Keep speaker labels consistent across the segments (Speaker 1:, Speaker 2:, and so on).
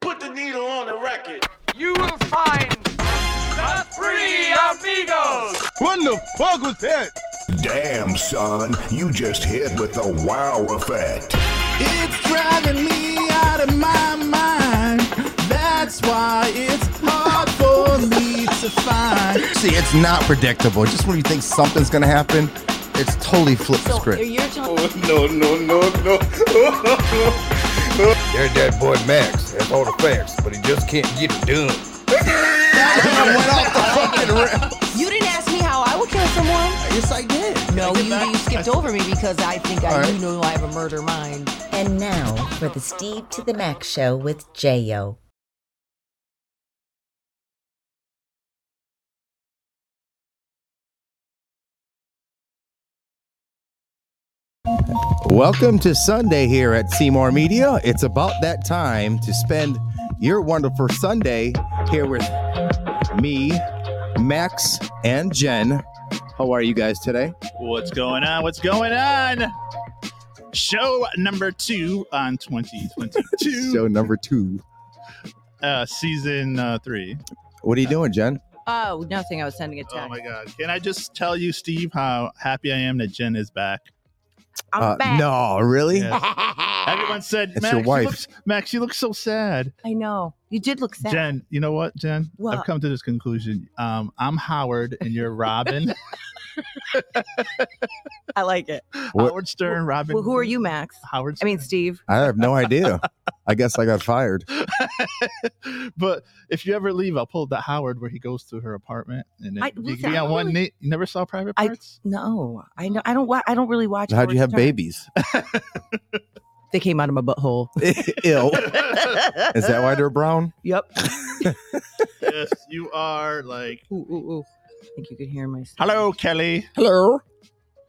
Speaker 1: put the needle on the record.
Speaker 2: You will find the three amigos.
Speaker 3: What the fuck was that?
Speaker 4: Damn, son, you just hit with the wow effect.
Speaker 5: It's driving me out of my mind. That's why it's hard for me to find.
Speaker 3: See, it's not predictable. Just when you think something's gonna happen, it's totally flipped the
Speaker 6: So
Speaker 3: script.
Speaker 6: you're telling
Speaker 3: Oh,
Speaker 7: There's that boy Max. That's all the facts, but he just can't get it done.
Speaker 3: I went off the fucking rail.
Speaker 6: you didn't ask me how I would kill someone.
Speaker 3: Yes, I did.
Speaker 6: No, you, you skipped over me because I think I
Speaker 3: All
Speaker 6: do know I have a murder mind.
Speaker 8: And now for the Steve to the Max show with J.O.
Speaker 3: Welcome to Sunday here at Seymour Media. It's about that time to spend your wonderful Sunday here with me, Max, and Jen. How are you guys today?
Speaker 9: What's going on? What's going on? Show number two on 2022,
Speaker 3: Show number two.
Speaker 9: uh, season uh, three.
Speaker 3: What are you doing, Jen?
Speaker 6: Oh, nothing. I was sending a text.
Speaker 9: Oh my God. Can I just tell you, Steve, how happy I am that Jen is back?
Speaker 6: I'm
Speaker 3: Uh,
Speaker 6: back.
Speaker 3: No, really?
Speaker 9: Yeah. Everyone said,
Speaker 3: That's
Speaker 9: Max,
Speaker 3: your wife.
Speaker 9: You looks, Max, you look so sad.
Speaker 6: I know. You did look sad.
Speaker 9: Jen, you know what, Jen?
Speaker 6: What?
Speaker 9: I've come to this conclusion. Um, I'm Howard and you're Robin.
Speaker 6: I like it.
Speaker 3: What-
Speaker 9: Howard Stern, Robin.
Speaker 6: Well, who are you, Max?
Speaker 9: Howard
Speaker 6: I mean, Steve.
Speaker 3: I have no idea. I guess I got fired.
Speaker 9: but if you ever leave, I'll pull the Howard where he goes to her apartment and then
Speaker 6: I-
Speaker 9: you
Speaker 6: listen,
Speaker 9: can be
Speaker 6: I
Speaker 9: on one
Speaker 6: really-
Speaker 9: knee. You never saw Private
Speaker 6: I-
Speaker 9: Parts?
Speaker 6: No, I know. I don't. wa- I don't really watch.
Speaker 3: How'd you
Speaker 6: Howard
Speaker 3: have
Speaker 6: Stern.
Speaker 3: babies?
Speaker 6: They came out of my butthole.
Speaker 3: Ill. Is that why they're brown?
Speaker 6: Yep.
Speaker 9: yes, you are like.
Speaker 6: Ooh, ooh, ooh. I think you could hear my.
Speaker 9: Hello, Kelly.
Speaker 3: Hello.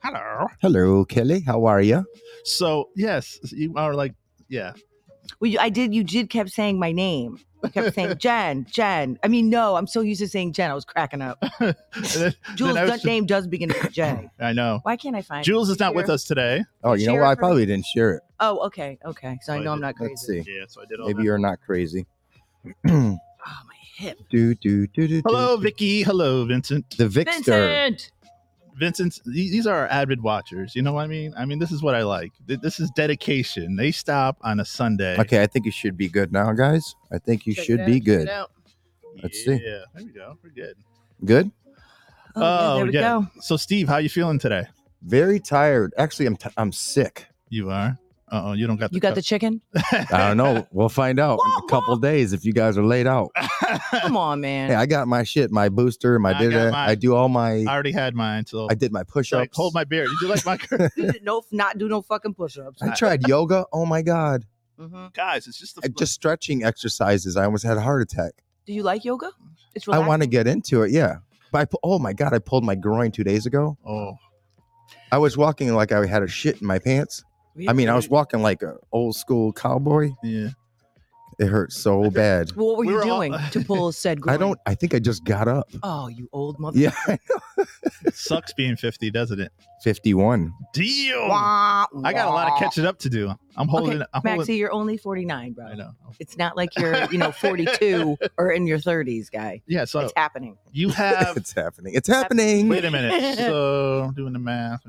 Speaker 9: Hello.
Speaker 3: Hello, Kelly. How are you?
Speaker 9: So yes, you are like yeah.
Speaker 6: Well, you- I did. You did kept saying my name. You kept saying Jen, Jen. I mean, no, I'm so used to saying Jen. I was cracking up.
Speaker 9: And then-
Speaker 6: Jules'
Speaker 9: then I, was-
Speaker 6: name does begin with J.
Speaker 9: I know.
Speaker 6: Why can't I find
Speaker 9: Jules
Speaker 6: it?
Speaker 9: is not with
Speaker 6: Here.
Speaker 9: us today.
Speaker 3: Oh, you know what? I
Speaker 6: Sheriff.
Speaker 3: probably didn't share it.
Speaker 6: Oh, okay, okay. So I
Speaker 9: Oh,
Speaker 6: know
Speaker 9: I
Speaker 6: I'm
Speaker 9: did.
Speaker 6: not crazy.
Speaker 3: Let's see.
Speaker 9: Yeah, so I did all
Speaker 3: Maybe
Speaker 9: that.
Speaker 3: you're not crazy. do,
Speaker 6: Oh my hip.
Speaker 3: do, do, do, do.
Speaker 9: Hello, Vicky. Hello, Vincent.
Speaker 3: The Vixter.
Speaker 9: Vincent, th- these are our avid watchers. You know what I mean? I mean, this is what I like. Th- This is dedication. They stop on a Sunday.
Speaker 3: Okay, I think you should be good now, guys. I think you should be good. let's see.
Speaker 9: Yeah, there we go. We're good.
Speaker 3: Good.
Speaker 6: Oh, yeah, there we
Speaker 9: yeah.
Speaker 6: go.
Speaker 9: So, Steve, how you feeling today?
Speaker 3: Very tired. Actually, I'm t- I'm sick.
Speaker 9: You are. Uh oh, you don't got the.
Speaker 6: You got the chicken?
Speaker 9: cup.
Speaker 3: I don't know. We'll find out in a couple days if you guys are laid out.
Speaker 6: Come on, man.
Speaker 3: Hey, I got my shit, my booster, my
Speaker 9: I
Speaker 3: did
Speaker 9: got
Speaker 3: that.
Speaker 9: mine.
Speaker 3: I do all my.
Speaker 9: I already had mine. So
Speaker 3: I did my push-ups.
Speaker 9: like, hold my beer. You do like my
Speaker 6: You did no, not do no fucking push-ups.
Speaker 3: I tried yoga. Oh my god!
Speaker 6: hmm
Speaker 9: guys. It's just the
Speaker 3: I- Just stretching exercises. I almost had a heart attack.
Speaker 6: Do you like yoga? It's
Speaker 3: I want to
Speaker 6: relaxing?
Speaker 3: get into it. Yeah. But I, pu- oh my god! I pulled my groin two days ago.
Speaker 9: oh
Speaker 3: I was walking like I had a shit in my pants. I mean, I was walking like an old school cowboy.
Speaker 9: yeah.
Speaker 3: It hurt so bad.
Speaker 6: Well, what were
Speaker 9: We
Speaker 6: you
Speaker 9: were all-
Speaker 6: doing to pull said groin?
Speaker 3: I don't. I think I just got up.
Speaker 6: Oh, you old mother.
Speaker 3: Yeah,
Speaker 9: It sucks being fifty, doesn't it?
Speaker 3: fifty-one.
Speaker 9: Deal.
Speaker 6: Wah,
Speaker 9: I got a lot
Speaker 6: wah.
Speaker 9: of catching up to do. I'm holding.
Speaker 6: Okay,
Speaker 9: I'm holding.
Speaker 6: Maxie, you're only 49, bro.
Speaker 9: I know.
Speaker 6: It's not like you're, you know, 42 or in your 30s, guy.
Speaker 9: Yeah. So
Speaker 6: It's happening.
Speaker 9: you have.
Speaker 3: it's happening. It's happening.
Speaker 9: wait a minute. So I'm doing the math.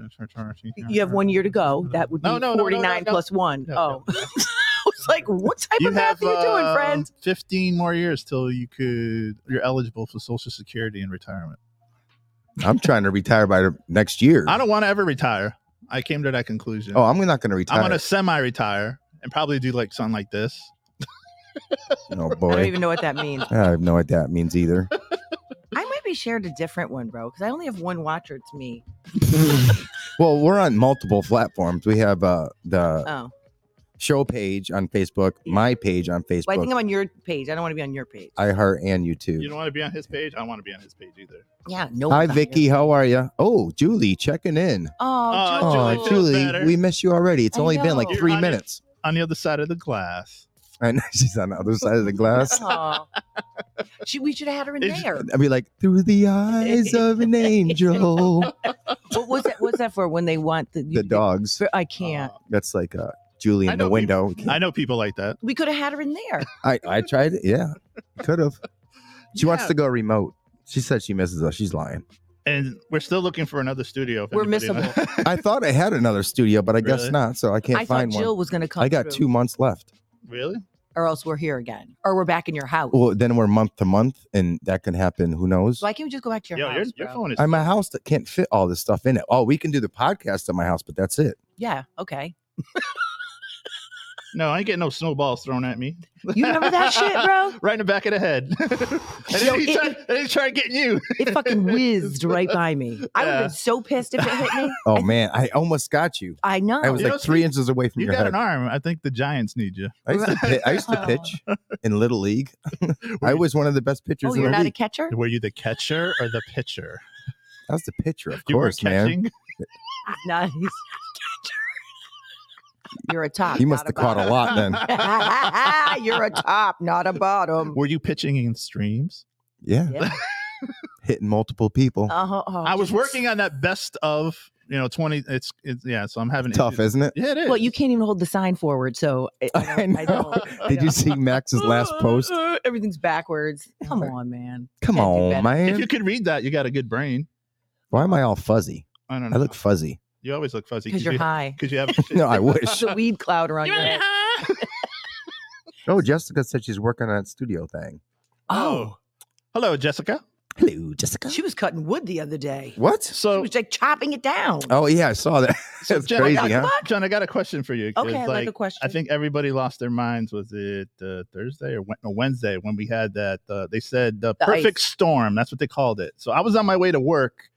Speaker 6: You have one year to go. That would be
Speaker 9: No, no, no, no,
Speaker 6: 49
Speaker 9: no,
Speaker 6: plus one.
Speaker 9: no,
Speaker 6: oh. I was like, what type
Speaker 9: You
Speaker 6: of math
Speaker 9: have
Speaker 6: are you doing,
Speaker 9: uh,
Speaker 6: friend?
Speaker 9: fifteen more years till you could. You're eligible for Social Security and retirement.
Speaker 3: I'm trying to retire by the next year.
Speaker 9: I don't want to ever retire. I came to that conclusion.
Speaker 3: Oh, I'm not going to retire.
Speaker 9: I'm gonna semi-retire and probably do like something like this.
Speaker 3: Oh
Speaker 6: I don't
Speaker 3: boy,
Speaker 6: even know what that means.
Speaker 3: I have no idea what that means either.
Speaker 6: I might be shared a different one, bro, because I only have one watcher. It's me.
Speaker 3: well, we're on multiple platforms. We have uh, the
Speaker 6: Oh,
Speaker 3: show page on Facebook, my page on Facebook,
Speaker 6: well, I think I'm on your page. I don't want to be on your page.
Speaker 3: iHeart, and YouTube.
Speaker 9: You don't want to be on his page. I don't want to be on his page either.
Speaker 6: yeah, no.
Speaker 3: Hi,
Speaker 6: one's on your-
Speaker 3: Vicky. How are you? Oh, Julie, checking in.
Speaker 6: Oh,
Speaker 9: Oh,
Speaker 3: Oh,
Speaker 6: Julie.
Speaker 9: Julie, feels
Speaker 3: Julie,
Speaker 9: better.
Speaker 3: we miss you already. It's
Speaker 6: I
Speaker 3: only been like
Speaker 6: know. You're
Speaker 3: three
Speaker 9: on your-
Speaker 3: minutes.
Speaker 9: On the other side of the glass.
Speaker 3: I know she's on the other side of the glass.
Speaker 6: Aw. She, we should have had her in
Speaker 9: It's-
Speaker 6: there.
Speaker 3: I'd be like, through the eyes of an angel.
Speaker 6: What was that? What's that for? When they want the, you-
Speaker 3: The dogs.
Speaker 6: For, I can't.
Speaker 3: That's like, uh, Julie
Speaker 9: I
Speaker 3: in
Speaker 9: know
Speaker 3: the
Speaker 9: people-
Speaker 3: window.
Speaker 9: I know people like that.
Speaker 6: We could have had her in there.
Speaker 3: I, I tried it. Yeah, could have. She wants to go remote. She said she misses us. She's lying.
Speaker 9: And we're still looking for another studio. if
Speaker 6: We're
Speaker 9: anybody knows.
Speaker 3: I thought I had another studio, but I guess
Speaker 9: Really?
Speaker 3: not. So I can't
Speaker 6: I thought
Speaker 3: find
Speaker 6: Jill
Speaker 3: one.
Speaker 6: was going to come.
Speaker 3: I got
Speaker 6: through,
Speaker 3: two months left.
Speaker 9: really?
Speaker 6: or else we're here again, or we're back in your house.
Speaker 3: Well, then we're month to month, and that can happen. Who knows?
Speaker 6: Why can't we just go back to your
Speaker 9: Yo,
Speaker 6: house?
Speaker 9: your, your
Speaker 6: bro?
Speaker 9: phone is.
Speaker 3: I'm a house that can't fit all this stuff in it. Oh, we can do the podcast at my house, but that's it.
Speaker 6: Yeah. Okay.
Speaker 9: no, I ain't getting no snowballs thrown at me.
Speaker 6: You remember that shit, bro?
Speaker 9: Right in the back of the head. I
Speaker 6: Yo,
Speaker 9: didn't
Speaker 6: it-
Speaker 9: try, I didn't try getting you.
Speaker 6: It fucking whizzed right by me. I would have
Speaker 9: Yeah.
Speaker 6: been so pissed if it hit me.
Speaker 3: Oh man, I almost got you.
Speaker 6: I know.
Speaker 3: I was
Speaker 9: You
Speaker 3: like
Speaker 9: know,
Speaker 3: three inches away from
Speaker 9: You
Speaker 3: your
Speaker 9: got
Speaker 3: head.
Speaker 9: an arm. I think the Giants need you.
Speaker 3: I used, to pi- I used to pitch in little league. I was one of the best pitchers
Speaker 6: oh,
Speaker 3: in
Speaker 6: you're
Speaker 3: the
Speaker 6: not a
Speaker 3: league.
Speaker 6: catcher?
Speaker 9: Were you the catcher or the pitcher?
Speaker 3: I was the pitcher, of
Speaker 9: You were
Speaker 3: course, man.
Speaker 9: catching.
Speaker 6: Nice. You're a top.
Speaker 3: You
Speaker 6: not
Speaker 3: must have caught a lot then.
Speaker 6: bottom. you're a top, not a bottom.
Speaker 9: Were you pitching in streams?
Speaker 3: Yeah,
Speaker 6: Yeah.
Speaker 3: hitting multiple people.
Speaker 6: Uh-huh. Oh,
Speaker 9: I was
Speaker 6: just-
Speaker 9: working on that best of you know twenty. It's, it's yeah. So I'm having
Speaker 3: Tough,
Speaker 9: issues.
Speaker 3: isn't it?
Speaker 9: Yeah, it is.
Speaker 6: Well, you can't even hold the sign forward, so I, I don't.
Speaker 3: I
Speaker 6: I
Speaker 3: know.
Speaker 6: don't I
Speaker 3: Did you
Speaker 6: don't.
Speaker 3: see Max's last post?
Speaker 6: Uh, Everything's backwards. Come
Speaker 3: Right.
Speaker 6: on, man.
Speaker 3: Come
Speaker 6: Can't do
Speaker 3: on,
Speaker 6: better.
Speaker 9: if
Speaker 3: man.
Speaker 9: you could read that, you got a good brain.
Speaker 3: Why am I all fuzzy?
Speaker 9: I don't know.
Speaker 3: I look fuzzy.
Speaker 9: you always look fuzzy
Speaker 6: Because you're
Speaker 9: you,
Speaker 6: high.
Speaker 9: 'cause you have.
Speaker 3: No, I
Speaker 6: There's
Speaker 3: wish.
Speaker 6: a weed cloud around your head.
Speaker 3: Oh, Jessica said she's working on that studio thing.
Speaker 6: Oh,
Speaker 9: hello, Jessica.
Speaker 3: Hello, Jessica.
Speaker 6: she was cutting wood the other day.
Speaker 3: What?
Speaker 6: She
Speaker 9: So,
Speaker 6: was like chopping it down.
Speaker 3: Oh yeah, I saw that.
Speaker 9: so
Speaker 3: That's
Speaker 9: Jen-
Speaker 3: crazy, huh?
Speaker 9: John, I got a question for you. 'cause,
Speaker 6: Okay, I like a question.
Speaker 9: I think everybody lost their minds. Was it uh, Thursday or Wed- no, Wednesday when we had that? Uh, they said the
Speaker 6: The
Speaker 9: perfect
Speaker 6: ice.
Speaker 9: storm. That's what they called it. So I was on my way to work.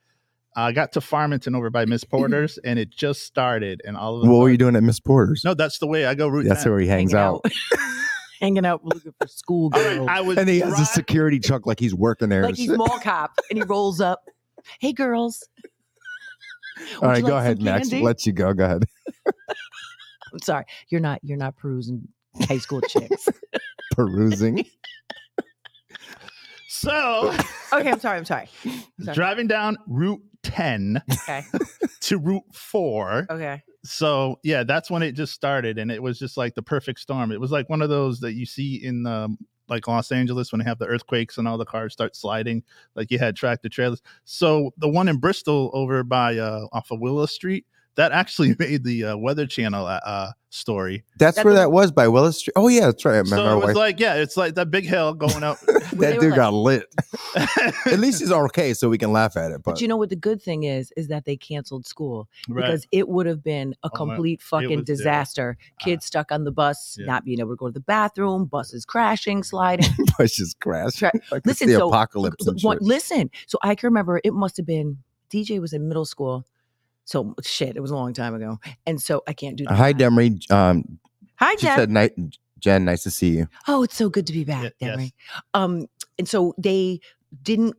Speaker 9: I got to Farmington over by
Speaker 6: Mm-hmm.
Speaker 9: Miss Porter's, and it just started. And all of a
Speaker 3: What were you
Speaker 9: sudden-
Speaker 3: doing at Miss Porter's?
Speaker 9: uh, No, that's the way I go. Route
Speaker 3: That's
Speaker 9: 10.
Speaker 3: where he hangs
Speaker 6: hanging
Speaker 3: out.
Speaker 6: out, hanging out looking for school girls.
Speaker 9: I was.
Speaker 3: And he has a
Speaker 9: dri-
Speaker 3: security truck like he's working there.
Speaker 6: like he's mall cop, and he rolls up. Hey, girls.
Speaker 3: All right,
Speaker 6: you
Speaker 3: go
Speaker 6: like
Speaker 3: ahead,
Speaker 6: some
Speaker 3: Max.
Speaker 6: candy?
Speaker 3: Let you go. Go ahead.
Speaker 6: I'm sorry, you're not. You're not perusing high school chicks.
Speaker 3: Perusing.
Speaker 9: So
Speaker 6: okay, I'm sorry. I'm sorry. Sorry.
Speaker 9: driving down Route Ten
Speaker 6: Okay.
Speaker 9: to Route Four.
Speaker 6: Okay.
Speaker 9: so yeah that's when it just started and it was just like the perfect storm it was like one of those that you see in um, like los angeles when they have the earthquakes and all the cars start sliding like you had tractor trailers so the one in bristol over by uh off of willow street that actually made the uh, weather channel uh, uh story
Speaker 3: That's,
Speaker 6: That's
Speaker 3: where
Speaker 6: the-
Speaker 3: that was by Willis Street. Oh yeah, that's right. I remember
Speaker 9: so
Speaker 3: our
Speaker 9: it was
Speaker 3: wife.
Speaker 9: like yeah it's like that big hill going up
Speaker 3: that
Speaker 6: were
Speaker 3: dude
Speaker 6: like-
Speaker 3: got lit. At least he's okay, so we can laugh at it. But,
Speaker 6: But you know what the good thing is is that they canceled school
Speaker 9: right Oh,
Speaker 6: because it would have been a
Speaker 9: my-
Speaker 6: complete
Speaker 9: was
Speaker 6: fucking
Speaker 9: terrible.
Speaker 6: disaster. Kids stuck on the bus,
Speaker 9: yeah.
Speaker 6: not being able to go to the bathroom, buses crashing, sliding.
Speaker 3: it's just crash.
Speaker 6: Tra-
Speaker 3: Like
Speaker 6: Listen,
Speaker 3: it's the
Speaker 6: so-
Speaker 3: apocalypse. and
Speaker 6: One-
Speaker 3: shit.
Speaker 6: listen, so I can remember it must have been DJ was in middle school. So shit, it was a long time ago, and so I can't do. the
Speaker 3: Hi,
Speaker 6: math.
Speaker 3: Demery. Um,
Speaker 6: Hi,
Speaker 3: she
Speaker 6: Deb.
Speaker 3: said, "Night, Jen. Nice to see you."
Speaker 6: Oh, it's so good to be back,
Speaker 9: Ye- yes.
Speaker 6: Demery. Um, and so they didn't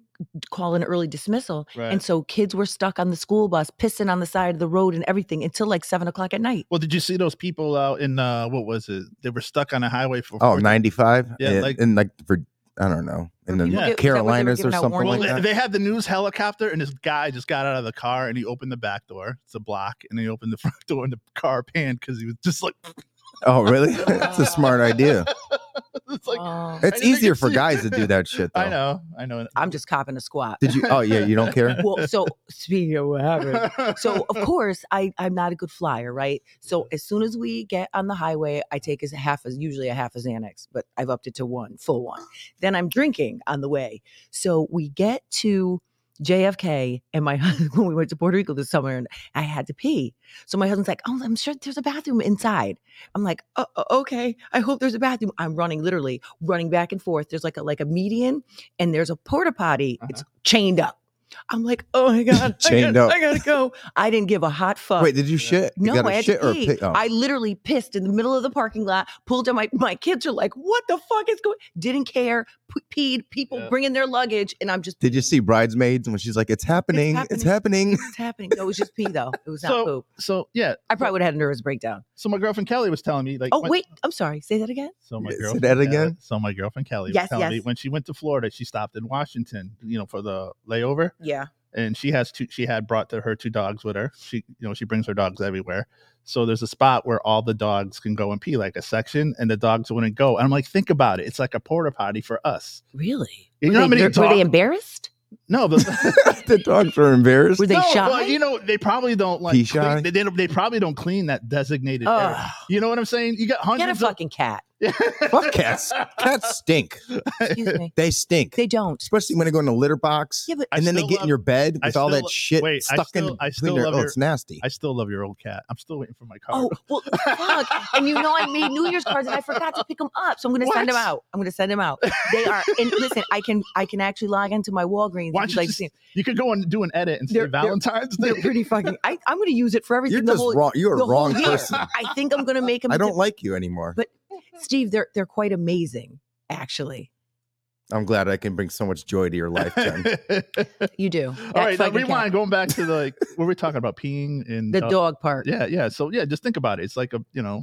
Speaker 6: call an early dismissal,
Speaker 9: right
Speaker 6: and so kids were stuck on the school bus, pissing on the side of the road and everything until like seven o'clock at night.
Speaker 9: well did you see those people out in uh what was it they were stuck on a highway for
Speaker 3: Oh,
Speaker 9: 40
Speaker 3: 95?
Speaker 9: Yeah,
Speaker 3: Yeah,
Speaker 9: like-
Speaker 3: and like for I don't know, in the
Speaker 9: people
Speaker 6: get- is that what they were
Speaker 3: Carolinas or
Speaker 6: giving out
Speaker 3: something
Speaker 6: warnings?
Speaker 3: like
Speaker 9: Well,
Speaker 6: Really?
Speaker 3: that.
Speaker 9: they- they had the news helicopter, and this guy just got out of the car and he opened the back door. It's a block, and he opened the front door, and the car panned because he was just like,
Speaker 3: Oh, really? That's a smart idea.
Speaker 9: it's like
Speaker 6: Oh.
Speaker 3: It's
Speaker 9: didn't
Speaker 3: easier
Speaker 9: even
Speaker 3: for
Speaker 9: see-
Speaker 3: guys to do that shit. Though.
Speaker 9: I know, I know.
Speaker 6: I'm just copping a squat.
Speaker 3: Did you? Oh, yeah. You don't care.
Speaker 6: well, so speaking of what happened, so of course I I'm not a good flyer, right? So as soon as we get on the highway, I take as a half as usually a half a Xanax, but I've upped it to one full one. Then I'm drinking on the way. So we get to JFK and my husband when we went to Puerto Rico this summer and I had to pee. So my husband's like, "Oh, I'm sure there's a bathroom inside." I'm like, oh, oh, "Okay, I hope there's a bathroom." I'm running literally running back and forth. There's like a like a median and there's a porta potty. It's chained up. I'm like, "Oh my god,
Speaker 3: Uh-huh. Chained
Speaker 6: I gotta,
Speaker 3: up.
Speaker 6: I gotta go." I didn't give a hot fuck.
Speaker 3: Wait, did you shit? You
Speaker 6: Uh, No,
Speaker 3: got a
Speaker 6: I had
Speaker 3: shit
Speaker 6: to
Speaker 3: or a
Speaker 6: pee.
Speaker 3: pee? Oh.
Speaker 6: I literally pissed in the middle of the parking lot. Pulled down my my kids are like, "What the fuck is going?" Didn't care. P- peed. People
Speaker 9: Yeah.
Speaker 6: bringing their luggage, and I'm just.
Speaker 3: did you see bridesmaids when she's like, "It's happening, it's happening"?
Speaker 6: It's happening. No, it was just pee though. It was not
Speaker 9: So-
Speaker 6: poop.
Speaker 9: so yeah,
Speaker 6: I probably would have had a nervous breakdown.
Speaker 9: so my girlfriend Kelly was telling me like,
Speaker 6: Oh
Speaker 9: when-
Speaker 6: wait, I'm sorry. Say that again.
Speaker 9: So my
Speaker 3: Say
Speaker 9: girlfriend
Speaker 3: that
Speaker 9: Kelly-
Speaker 3: again?
Speaker 9: so my girlfriend Kelly was
Speaker 6: Yes,
Speaker 9: telling me
Speaker 6: yes.
Speaker 9: when she went to Florida, she stopped in Washington, you know, for the layover,
Speaker 6: Yeah.
Speaker 9: and she has two. She had brought to her two dogs with her. She, you know, she brings her dogs everywhere. So there's a spot where all the dogs can go and pee, like a section, and the dogs wouldn't go. And I'm like, think about it. It's like a porta potty for us.
Speaker 6: Really?
Speaker 9: You know
Speaker 8: were,
Speaker 9: how
Speaker 8: they,
Speaker 9: many
Speaker 8: were
Speaker 9: dog-
Speaker 8: they embarrassed?
Speaker 9: No, the,
Speaker 3: the dogs are embarrassed.
Speaker 6: Were they
Speaker 9: no,
Speaker 6: shy?
Speaker 9: Well, you know, they probably don't like.
Speaker 3: Pee
Speaker 9: Clean,
Speaker 3: shy?
Speaker 9: they, they don't- they probably don't clean that designated area.
Speaker 6: Ugh.
Speaker 9: You know what I'm saying? You got
Speaker 6: Get a
Speaker 9: hundreds
Speaker 6: fucking cat.
Speaker 9: of
Speaker 3: Fuck cats. Cats stink.
Speaker 6: Excuse me.
Speaker 3: They stink.
Speaker 6: They don't.
Speaker 3: Especially when they go in the litter box.
Speaker 6: Yeah, but
Speaker 9: I
Speaker 3: and then they
Speaker 9: still
Speaker 3: get in
Speaker 9: love-
Speaker 3: your bed
Speaker 9: I
Speaker 3: with all
Speaker 9: still-
Speaker 3: that shit
Speaker 9: wait, I
Speaker 3: stuck in
Speaker 9: still- I
Speaker 3: between
Speaker 9: still
Speaker 3: there.
Speaker 9: love
Speaker 3: Oh,
Speaker 9: your-
Speaker 3: it's nasty.
Speaker 9: I still love your old cat. I'm still waiting for my card.
Speaker 6: Oh well, fuck! And you know I made New Year's cards and I forgot to pick them up, so I'm going to send them
Speaker 9: What?
Speaker 6: out. I'm going to send them out. They are. And listen, I can I can actually log into my Walgreens.
Speaker 9: Why
Speaker 6: and
Speaker 9: don't you
Speaker 6: like,
Speaker 9: just-
Speaker 6: see-
Speaker 9: You could go and do an edit and say
Speaker 6: They're- they're-
Speaker 9: Valentine's
Speaker 6: they're
Speaker 9: Day.
Speaker 6: pretty fucking. I, I'm going to use it for everything.
Speaker 3: You're
Speaker 6: the
Speaker 3: just
Speaker 6: whole,
Speaker 3: wrong. You're
Speaker 6: the
Speaker 3: a
Speaker 6: whole
Speaker 3: wrong
Speaker 6: year.
Speaker 3: person.
Speaker 6: I think I'm going to make them.
Speaker 3: I don't like you anymore.
Speaker 6: But- Steve. They're they're quite amazing. Actually,
Speaker 3: I'm glad I can bring so much joy to your life, Jen.
Speaker 6: you do.
Speaker 9: All
Speaker 6: That
Speaker 9: right, now
Speaker 6: fucking cat.
Speaker 9: rewind. Going back to the like, what we're talking about, peeing and
Speaker 6: The
Speaker 9: uh,
Speaker 6: dog part.
Speaker 9: Yeah, yeah. So yeah, just think about it. It's like a you know.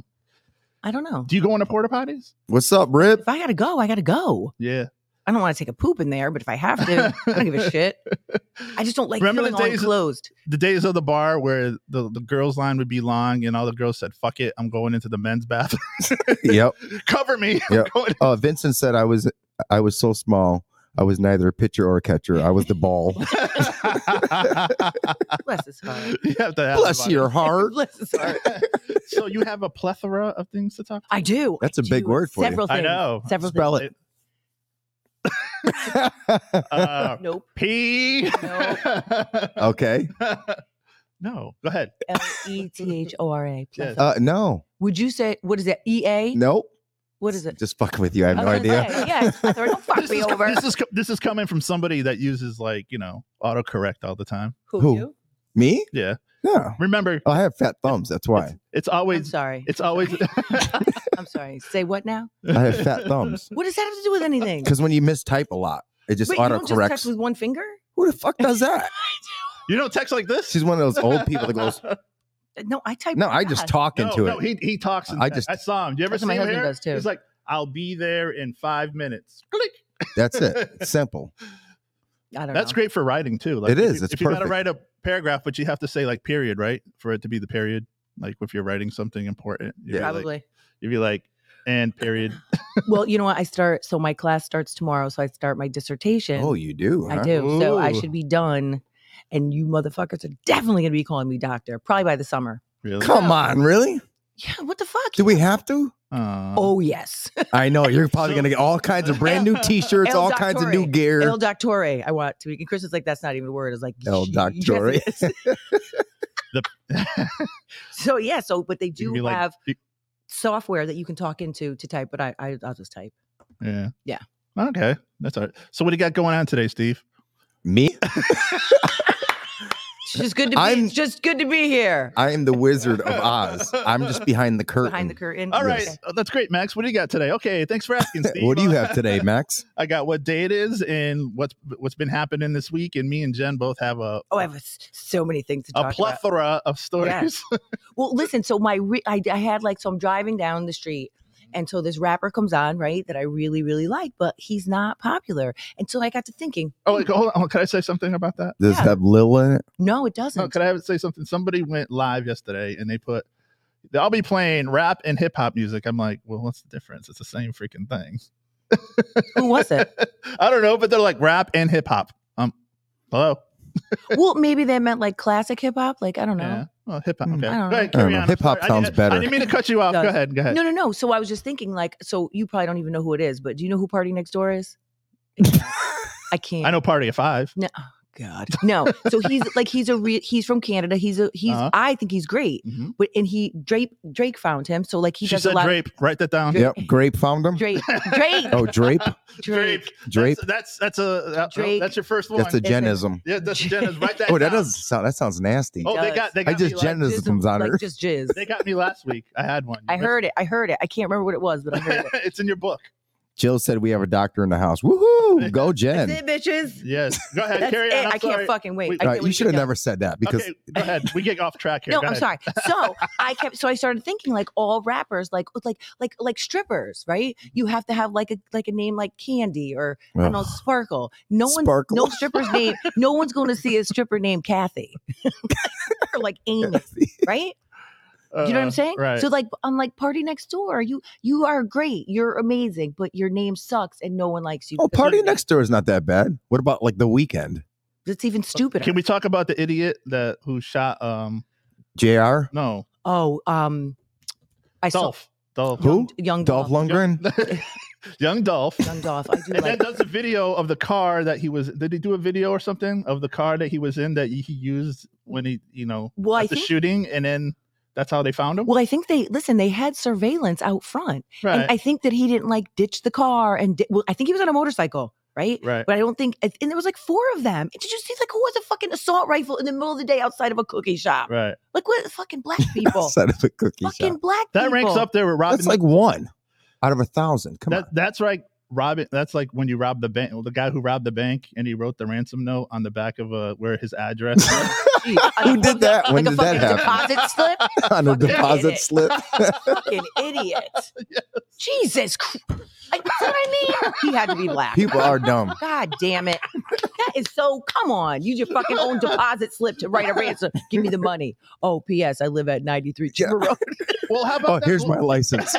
Speaker 6: I don't know.
Speaker 9: Do you go into porta potties?
Speaker 3: What's up, Rip?
Speaker 6: If I got to go, I got to go.
Speaker 9: Yeah.
Speaker 6: I don't want to take a poop in there, but if I have to, I don't give a shit. I just don't like
Speaker 9: Remember
Speaker 6: feeling
Speaker 9: the
Speaker 6: all
Speaker 9: days-
Speaker 6: enclosed.
Speaker 9: the days of the bar where the, the girls line would be long and all the girls said fuck it i'm going into the men's bathroom
Speaker 3: yep.
Speaker 9: cover me I'm
Speaker 3: Yep.
Speaker 9: going-
Speaker 3: Uh, Vincent said I was I was so small. I was neither a pitcher or a catcher. I was the ball.
Speaker 6: Bless his heart.
Speaker 9: you have to ask
Speaker 3: Bless
Speaker 9: about
Speaker 3: your heart.
Speaker 6: Bless his heart.
Speaker 9: it. so you have a plethora of things to talk
Speaker 6: I do.
Speaker 3: That's
Speaker 6: a
Speaker 3: a big word for you.
Speaker 6: Several
Speaker 9: I
Speaker 6: things.
Speaker 9: know.
Speaker 6: Several
Speaker 3: Spell
Speaker 6: things.
Speaker 3: it.
Speaker 9: uh
Speaker 6: Nope.
Speaker 9: p
Speaker 3: okay.
Speaker 9: no go ahead
Speaker 6: L E T H O R A.
Speaker 9: Yes.
Speaker 3: Uh, no.
Speaker 6: Would you say what is that? E A?
Speaker 3: Nope.
Speaker 6: What is it?
Speaker 3: Just fucking with you. I have
Speaker 6: I
Speaker 3: no
Speaker 6: was gonna
Speaker 3: idea.
Speaker 6: say, yeah, I thought, don't fuck
Speaker 9: this
Speaker 6: me
Speaker 9: is,
Speaker 6: over.
Speaker 9: this is co- this is coming from somebody that uses like you know autocorrect all the time
Speaker 6: Who?
Speaker 3: Who?
Speaker 6: you?
Speaker 3: Me?
Speaker 9: yeah
Speaker 3: No.
Speaker 9: remember
Speaker 3: Oh, I have fat thumbs. That's why.
Speaker 9: it's, it's
Speaker 6: I'm
Speaker 9: always
Speaker 6: sorry.
Speaker 9: it's always
Speaker 6: I'm sorry. Say what now?
Speaker 3: I have fat thumbs.
Speaker 6: What does that have to do with anything?
Speaker 3: Because when you mistype a lot, it just
Speaker 6: Wait, you don't just text
Speaker 3: autocorrects.
Speaker 6: with one finger?
Speaker 3: Who the fuck does that?
Speaker 9: you don't text like this
Speaker 3: She's one of those old people that goes,
Speaker 6: No, I type.
Speaker 3: No, I
Speaker 6: fast.
Speaker 3: just talk
Speaker 9: No,
Speaker 3: into
Speaker 9: no,
Speaker 3: it.
Speaker 9: he he talks. And
Speaker 3: I
Speaker 9: I
Speaker 3: just-
Speaker 9: just I saw him. Do you ever
Speaker 6: That's
Speaker 9: see
Speaker 6: what my
Speaker 9: him
Speaker 6: husband
Speaker 9: here?
Speaker 6: does, too.
Speaker 9: He's like, I'll be there in five minutes. Click.
Speaker 3: That's it. It's simple.
Speaker 6: I don't
Speaker 9: That's
Speaker 6: know.
Speaker 9: great for writing too.
Speaker 3: It
Speaker 9: if
Speaker 3: is.
Speaker 9: you-
Speaker 3: It's
Speaker 9: if you gotta
Speaker 3: perfect.
Speaker 9: write a paragraph, but you have to say like period, right? For it to be the period. Like if you're writing something important, you'd
Speaker 3: Yeah.
Speaker 9: be Like,
Speaker 6: Probably.
Speaker 9: you'd be like, and period.
Speaker 6: well, you know what? I start. So my class starts tomorrow. So I start my dissertation.
Speaker 3: Oh, you do.
Speaker 6: I
Speaker 3: huh?
Speaker 6: do. So I
Speaker 9: Ooh.
Speaker 6: should be done. And you motherfuckers are definitely going to be calling me doctor, probably by the summer.
Speaker 9: Really?
Speaker 3: Come on, really?
Speaker 6: Yeah, what the fuck?
Speaker 3: Do we have to?
Speaker 9: Aw.
Speaker 6: oh, yes.
Speaker 3: I know you're probably
Speaker 9: So-
Speaker 3: gonna get all kinds of brand new T-shirts,
Speaker 6: El
Speaker 3: all kinds of new
Speaker 6: Doctore.
Speaker 3: gear.
Speaker 6: El Doctore, I want to be. And Chris is like, that's not even a word. I was like,
Speaker 3: El
Speaker 6: "Yes, it
Speaker 3: Doctore."
Speaker 6: is." so, yeah. So, but they
Speaker 9: You can
Speaker 6: do
Speaker 9: be like,
Speaker 6: have software that you can talk into to type, but I, I, I'll just type.
Speaker 9: yeah.
Speaker 6: Yeah.
Speaker 9: Okay, that's all right. So what do you got going on today, Steve?
Speaker 3: Me?
Speaker 6: It's just good to be,
Speaker 3: I'm-
Speaker 6: it's just good to be here.
Speaker 3: I am the Wizard of Oz. I'm just behind the curtain.
Speaker 6: Behind the curtain.
Speaker 9: All right,
Speaker 6: Okay.
Speaker 9: Oh, that's great, Max. What do you got today? Okay, thanks for asking, Steve.
Speaker 3: what do you have today, Max?
Speaker 9: I got what day it is and what's what's been happening this week, and me and Jen both have a
Speaker 6: Oh, I have s- so many things to talk
Speaker 9: a
Speaker 6: Oh, about.
Speaker 9: plethora of stories.
Speaker 6: Well, listen. So my re- I, I had like so I'm driving down the street, and so this rapper comes on right that I really really like, but he's not popular. And so I got to thinking,
Speaker 9: oh, wait, hold on. Can I say something about that?
Speaker 3: Does it
Speaker 6: Yeah.
Speaker 3: have Lil in it?
Speaker 6: no, it
Speaker 9: No,
Speaker 6: doesn't.
Speaker 9: can Oh, I have- say something? Somebody went live yesterday and they put, I'll be playing rap and hip hop music. I'm like, well, what's the difference? It's the same freaking thing.
Speaker 6: Who was it?
Speaker 9: I don't know, but they're like rap and hip hop. Um, hello.
Speaker 6: well, maybe they meant like classic hip hop. Like I don't know.
Speaker 9: Yeah. Well, hip hop.
Speaker 3: Hmm,
Speaker 9: Okay.
Speaker 6: I don't
Speaker 9: Go
Speaker 6: know.
Speaker 9: ahead, carry
Speaker 3: know.
Speaker 9: on. I'm
Speaker 3: Hip hop
Speaker 9: sorry. I didn't-
Speaker 3: sounds better.
Speaker 9: I didn't mean to cut you off. Go
Speaker 6: Does.
Speaker 9: ahead. Go ahead.
Speaker 6: No, no, no. So I was just thinking, like, so you probably don't even know who it is, but do you know who Party Next Door is? I can't.
Speaker 9: I know Party of Five.
Speaker 6: No, oh, God, no. So he's like, he's a re- he's from Canada. He's a he's.
Speaker 9: Uh-huh.
Speaker 6: I think he's great,
Speaker 9: Mhm.
Speaker 6: but and he Drake Drake found him. So like he
Speaker 9: She
Speaker 6: does
Speaker 9: said
Speaker 6: a lot.
Speaker 9: Drape. Write that down.
Speaker 3: Yep. Grape found him.
Speaker 6: Drake, Drake,
Speaker 3: Oh, Drape.
Speaker 6: Drake.
Speaker 3: Drape.
Speaker 9: That's that's, that's a that-
Speaker 6: Drake.
Speaker 9: that's your first one.
Speaker 3: That's a Jenism.
Speaker 9: yeah, that's Jenna's. Write that.
Speaker 3: Oh, that
Speaker 9: down.
Speaker 3: doesn't sound. That sounds nasty.
Speaker 9: Oh, they
Speaker 6: does.
Speaker 9: got. They
Speaker 3: I
Speaker 9: got
Speaker 3: just
Speaker 9: me like-
Speaker 3: Jenism comes on
Speaker 6: like
Speaker 3: her.
Speaker 6: just jizz.
Speaker 9: They got me last week. I had one.
Speaker 6: I heard it. I heard it. I can't remember what it was, but I heard it.
Speaker 9: it's in your book.
Speaker 3: Jill said we have a doctor in the house. Woohoo! Go Jen.
Speaker 6: That's it, bitches.
Speaker 9: Yes. Go ahead.
Speaker 6: That's
Speaker 9: carry on.
Speaker 6: it.
Speaker 9: I'm
Speaker 6: I
Speaker 9: sorry.
Speaker 6: can't fucking wait.
Speaker 9: Wait,
Speaker 6: I
Speaker 3: All
Speaker 6: can't
Speaker 3: right,
Speaker 6: wait
Speaker 3: you
Speaker 6: to
Speaker 3: should have
Speaker 6: get
Speaker 3: never said that because
Speaker 9: okay, go ahead. We get off track here.
Speaker 6: No,
Speaker 9: Go
Speaker 6: I'm
Speaker 9: ahead.
Speaker 6: sorry. So I kept. So I started thinking like all rappers, like like like like strippers, right? You have to have like a like a name like Candy or I don't know
Speaker 3: Ugh.
Speaker 6: Sparkle. No one,
Speaker 3: uh, Sparkle.
Speaker 6: no stripper's name. No one's going to see a stripper named Kathy or like Amy, right? you know what
Speaker 9: Uh,
Speaker 6: I'm saying?
Speaker 9: Right.
Speaker 6: So like I'm like party next door. You you are great. You're amazing, but your name sucks and no one likes you.
Speaker 3: oh,
Speaker 6: because your
Speaker 3: party
Speaker 6: name-
Speaker 3: next door is not that bad. What about like the weekend?
Speaker 6: That's even stupider.
Speaker 9: Oh, Can we talk about the idiot that who shot? Um,
Speaker 3: Jr.
Speaker 9: no,
Speaker 6: oh, um, I saw
Speaker 9: Dolph. Dolph.
Speaker 3: Who?
Speaker 6: young
Speaker 3: Dolph
Speaker 6: Dolph.
Speaker 3: Lundgren.
Speaker 9: Young Dolph.
Speaker 6: Young Dolph. I do
Speaker 9: And
Speaker 6: like
Speaker 9: then does a video of the car that he was. Did he do a video or something of the car that he was in that he used when he, you know,
Speaker 6: Well, I
Speaker 9: at the
Speaker 6: think.
Speaker 9: shooting, and then that's how they found him.
Speaker 6: Well, I think they listen. They had surveillance out front,
Speaker 9: right.
Speaker 6: and I think that he didn't like ditch the car. And di- well, I think he was on a motorcycle, right?
Speaker 9: right.
Speaker 6: But I don't think. And there was like four of them. Did you see like who has a fucking assault rifle in the middle of the day outside of a cookie shop?
Speaker 9: Right.
Speaker 6: Like what? Fucking black people.
Speaker 3: Outside of a cookie
Speaker 6: fucking
Speaker 3: shop.
Speaker 6: black.
Speaker 9: That
Speaker 6: people.
Speaker 9: ranks up there with Robin.
Speaker 3: That's like one out of a thousand. Come
Speaker 9: that, that's like Robin. That's like when you rob the bank. The guy who robbed the bank and he wrote the ransom note on the back of uh, where his address. was.
Speaker 6: Jeez, like
Speaker 3: Who
Speaker 6: a-
Speaker 3: did that?
Speaker 6: Like
Speaker 3: When
Speaker 6: a
Speaker 3: did that
Speaker 6: fucking
Speaker 3: happen?
Speaker 6: deposit slip.
Speaker 3: on, on a
Speaker 6: fucking
Speaker 3: deposit
Speaker 6: idiot.
Speaker 3: slip.
Speaker 6: fucking idiot. Jesus. Cr- I, that's what I mean. He had to be black.
Speaker 3: People are dumb.
Speaker 6: God damn it. That is so. Come on. Use your fucking own deposit slip to write a ransom. Give me the money. Oh, P.S. I live at 93 Chipper Road.
Speaker 9: well, how about
Speaker 3: Oh,
Speaker 9: that?
Speaker 3: here's my license.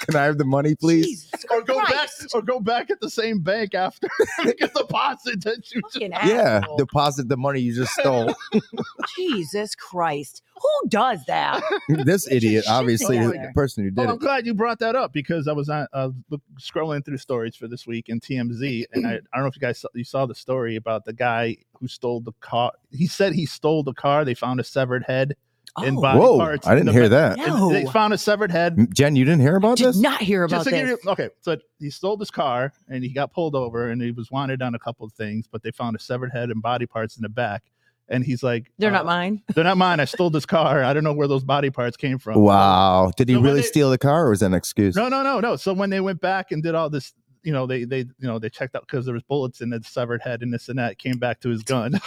Speaker 3: Can I have the money, please?
Speaker 6: Jesus
Speaker 9: or go
Speaker 6: Christ.
Speaker 9: back or go back at the same bank after make a deposit that you just
Speaker 6: Fucking
Speaker 3: Yeah,
Speaker 6: asshole.
Speaker 3: deposit the money you just stole.
Speaker 6: Jesus Christ. Who does that?
Speaker 3: this idiot,
Speaker 6: shit
Speaker 3: obviously, the,
Speaker 6: together.
Speaker 3: the person who did
Speaker 9: Well, I'm
Speaker 3: it.
Speaker 9: glad you brought that up because I was on, uh, look, scrolling through stories for this week in TMZ, and I, I don't know if you guys saw, you saw the story about the guy who stole the car. He said he stole the car. They found a severed head. And body
Speaker 3: Whoa,
Speaker 9: parts
Speaker 3: I
Speaker 9: in
Speaker 3: didn't
Speaker 9: the
Speaker 3: hear
Speaker 9: back.
Speaker 3: that.
Speaker 9: And
Speaker 6: Oh, No.
Speaker 9: They found a severed head.
Speaker 3: Jen, you didn't hear about
Speaker 6: Did
Speaker 3: this?
Speaker 6: not hear Oh. about
Speaker 9: Just to give
Speaker 6: this.
Speaker 9: you, okay, so he stole this car and he got pulled over and he was wanted on a couple of things, but they found a severed head and body parts in the back. And he's like,
Speaker 6: They're
Speaker 9: uh,
Speaker 6: not mine.
Speaker 9: They're not mine. I stole this car. I don't know where those body parts came from.
Speaker 3: Wow. Did he
Speaker 9: So when
Speaker 3: really
Speaker 9: they-
Speaker 3: steal the car or was that an excuse?
Speaker 9: No, no, no, no. So when they went back and did all this, you know, they they you know they checked out because there was bullets in the severed head and this and that. Came back to his gun,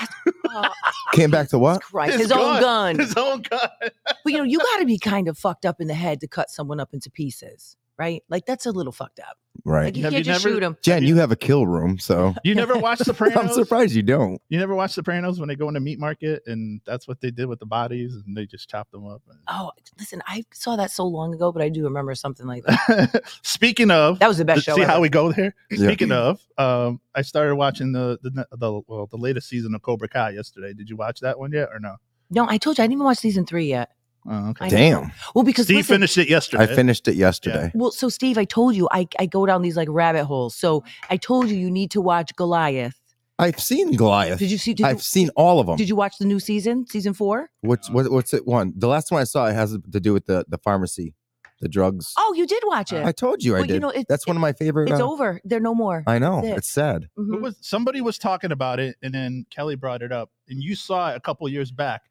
Speaker 6: Oh,
Speaker 3: Came back to what?
Speaker 6: Christ.
Speaker 9: His
Speaker 6: His, own gun.
Speaker 9: his own gun.
Speaker 6: But you know, you got to be kind of fucked up in the head to cut someone up into pieces, right? Like that's a little fucked up.
Speaker 3: Right.
Speaker 6: Like you
Speaker 9: Have
Speaker 6: can't
Speaker 9: you
Speaker 6: just
Speaker 9: never-
Speaker 6: shoot him.
Speaker 3: Jen, you have a kill room, so
Speaker 9: You never watched Sopranos.
Speaker 3: I'm surprised you don't.
Speaker 9: You never watched Sopranos when they go in the meat market and that's what they did with the bodies and they just chopped them up.
Speaker 6: Oh, listen, I saw that so long ago, but I do remember something like that.
Speaker 9: Speaking of,
Speaker 6: That was the best show.
Speaker 9: see how
Speaker 6: ever.
Speaker 9: we go there.
Speaker 3: Yeah.
Speaker 9: Speaking of, um, I started watching the the the, well, the latest season of Cobra Kai yesterday. Did you watch that one yet or no?
Speaker 6: no, I told you I didn't even watch season three yet.
Speaker 9: Oh, okay.
Speaker 6: I-
Speaker 3: Damn.
Speaker 6: Well, because
Speaker 9: Steve
Speaker 6: listen,
Speaker 9: finished it yesterday.
Speaker 3: I finished it yesterday.
Speaker 6: Well, so Steve, I told you I, I go down these like rabbit holes. So I told you you need to watch Goliath.
Speaker 3: I've seen Goliath.
Speaker 6: Did you see? Did,
Speaker 3: I've
Speaker 6: you,
Speaker 3: seen all of them.
Speaker 6: did you watch the new season, season four?
Speaker 3: What's what, what's it one? The last one I saw it has to do with the the pharmacy, the drugs.
Speaker 6: Oh, you did watch it.
Speaker 3: I told you I
Speaker 6: Well,
Speaker 3: did.
Speaker 6: you know, it's-
Speaker 3: That's one of my favorite.
Speaker 6: it's
Speaker 3: uh,
Speaker 6: over. They're no more.
Speaker 3: I know.
Speaker 6: That's it.
Speaker 3: It's sad.
Speaker 6: Mhm.
Speaker 9: Who was somebody was talking about it, and then Kelly brought it up, and you saw it a couple years back.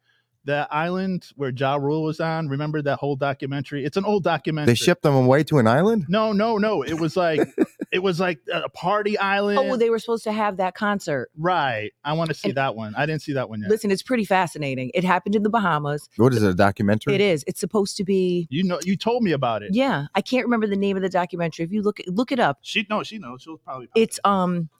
Speaker 9: That island where Ja Rule was on. Remember that whole documentary? It's an old documentary.
Speaker 3: They shipped them away to an island.
Speaker 9: No, no, no. It was like it was like a party island.
Speaker 6: Oh, well, they were supposed to have that concert.
Speaker 9: right. I want to see
Speaker 6: And-
Speaker 9: that one. I didn't see that one yet.
Speaker 6: Listen, it's pretty fascinating. It happened in the Bahamas.
Speaker 3: What is it? A documentary?
Speaker 6: It is. It's supposed to be.
Speaker 9: you know, you told me about it.
Speaker 6: Yeah, I can't remember the name of the documentary. If you look look it up,
Speaker 9: She no, she knows. She'll probably.
Speaker 6: it's um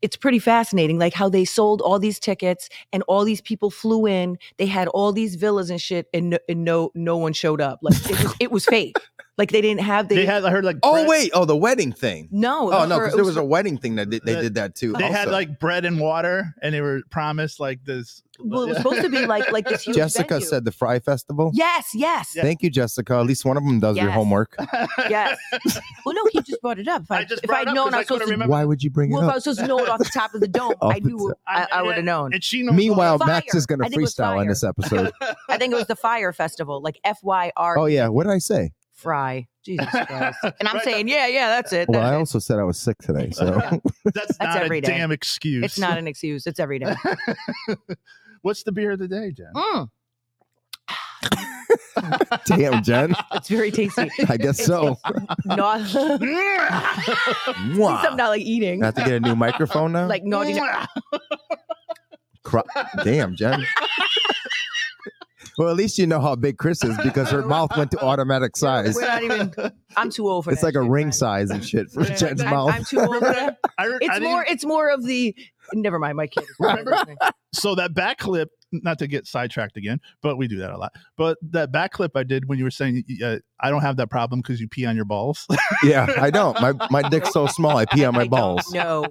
Speaker 6: it's pretty fascinating like how they sold all these tickets and all these people flew in they had all these villas and shit and no, and no no one showed up like it was, it was fake like they didn't have
Speaker 9: They, had. I heard like.
Speaker 3: Oh
Speaker 9: bread-
Speaker 3: wait. Oh, the wedding thing.
Speaker 6: no it
Speaker 3: Oh no,
Speaker 6: for-
Speaker 3: because
Speaker 6: it
Speaker 3: there was
Speaker 6: for-
Speaker 3: a wedding thing that they, they
Speaker 9: That-
Speaker 3: did that too.
Speaker 9: They had
Speaker 3: also.
Speaker 9: like bread and water, and they were promised like this.
Speaker 6: well, it was supposed to be like like this huge
Speaker 3: Jessica
Speaker 6: venue.
Speaker 3: said the Fry Festival.
Speaker 6: yes yes
Speaker 9: Yeah.
Speaker 3: Thank you, Jessica. At least one of them does your
Speaker 6: Yes.
Speaker 3: homework.
Speaker 6: yes well no he just brought it up if, I,
Speaker 9: I just
Speaker 6: if
Speaker 9: brought
Speaker 6: i'd
Speaker 9: it up
Speaker 6: known
Speaker 9: 'cause
Speaker 6: i
Speaker 9: I
Speaker 6: was supposed
Speaker 9: couldn't
Speaker 6: to
Speaker 9: remember.
Speaker 3: Why would you bring
Speaker 6: well,
Speaker 3: it
Speaker 6: if I
Speaker 3: up?
Speaker 6: was supposed to know it off the top of the dome,
Speaker 3: Off
Speaker 6: I
Speaker 3: the
Speaker 6: knew
Speaker 3: top.
Speaker 6: I, I would have known.
Speaker 9: And she knows.
Speaker 3: Meanwhile,
Speaker 6: Fire.
Speaker 3: Max is going to
Speaker 6: I think it was
Speaker 3: freestyle in
Speaker 6: fire.
Speaker 3: this episode.
Speaker 6: I think it was the Fire Festival, like F Y R
Speaker 3: oh yeah, what did I say?
Speaker 6: Fry. Jesus Christ! And I'm
Speaker 9: Right.
Speaker 6: saying, yeah, yeah, that's it.
Speaker 3: Well, I
Speaker 6: That's it.
Speaker 3: also said I was sick today, so
Speaker 9: That's,
Speaker 6: That's
Speaker 9: not
Speaker 6: every
Speaker 9: a
Speaker 6: day.
Speaker 9: damn excuse.
Speaker 6: It's not an excuse. It's every day.
Speaker 9: What's the beer of the day, Jen?
Speaker 6: Mm.
Speaker 3: Damn, Jen.
Speaker 6: It's very tasty.
Speaker 3: I guess so.
Speaker 6: Not, I'm
Speaker 3: Mwah.
Speaker 6: not like eating.
Speaker 3: I have to get a new microphone now.
Speaker 6: Like naughty.
Speaker 3: Cro- Damn, Jen. well, at least you know how big Chris is because her mouth went to automatic size.
Speaker 6: We're not even. I'm too old for
Speaker 3: It's
Speaker 6: that
Speaker 3: like a
Speaker 6: shit,
Speaker 3: ring
Speaker 6: man.
Speaker 3: size and shit for
Speaker 9: Yeah.
Speaker 3: Jen's
Speaker 6: I'm,
Speaker 3: mouth.
Speaker 6: I'm too old for that.
Speaker 9: I, re- I
Speaker 6: It's
Speaker 9: didn't-
Speaker 6: more. It's more of the. Never mind, my kid.
Speaker 9: so that back clip not to get sidetracked again but we do that a lot but that back clip i did when you were saying uh, i don't have that problem because you pee on your balls
Speaker 3: yeah, I don't. My my dick's so small, I pee on my balls.
Speaker 6: No,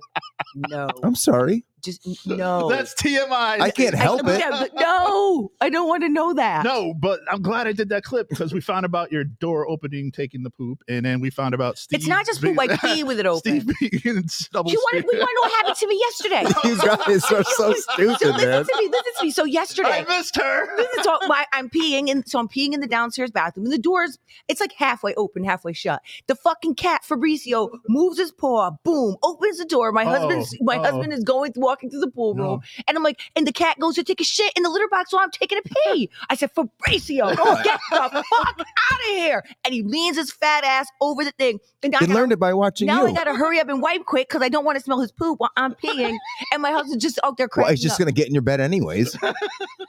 Speaker 6: no,
Speaker 3: I'm sorry.
Speaker 6: just no.
Speaker 9: that's tmi
Speaker 3: Oh. I can't
Speaker 6: I-
Speaker 3: help it.
Speaker 6: yeah, but no, I don't want to know that.
Speaker 9: no but i'm glad i did that clip because we found about your door opening taking the poop and then we found about steve
Speaker 6: it's not just poop. I
Speaker 9: being-
Speaker 6: pee with it open.
Speaker 9: steve being double
Speaker 6: She wanted, we
Speaker 9: speak.
Speaker 6: want to know what happened to me yesterday.
Speaker 3: You guys are
Speaker 6: So
Speaker 3: so stupid, man.
Speaker 6: listen to me. Listen to me. So yesterday,
Speaker 9: i missed her
Speaker 6: this is all, my, I'm peeing, and so I'm peeing in the downstairs bathroom, and the door's it's like halfway open, halfway shut. The fucking cat Fabricio moves his paw, boom, opens the door. My
Speaker 9: Oh,
Speaker 6: husband's my
Speaker 9: oh.
Speaker 6: husband is going walking through the pool
Speaker 9: No.
Speaker 6: room, and I'm like, and the cat goes to take a shit in the litter box while I'm taking a pee. I said, Fabricio, don't get the fuck out of here! And he leans his fat ass over the thing, and I
Speaker 3: They
Speaker 6: gotta-
Speaker 3: learned it by watching
Speaker 6: now I
Speaker 3: you.
Speaker 6: gotta hurry up and wipe quick because I don't want to smell his poop while I'm peeing, and my husband's just out there cracking
Speaker 3: Well, it's just
Speaker 6: up.
Speaker 3: gonna get in your bed anyways.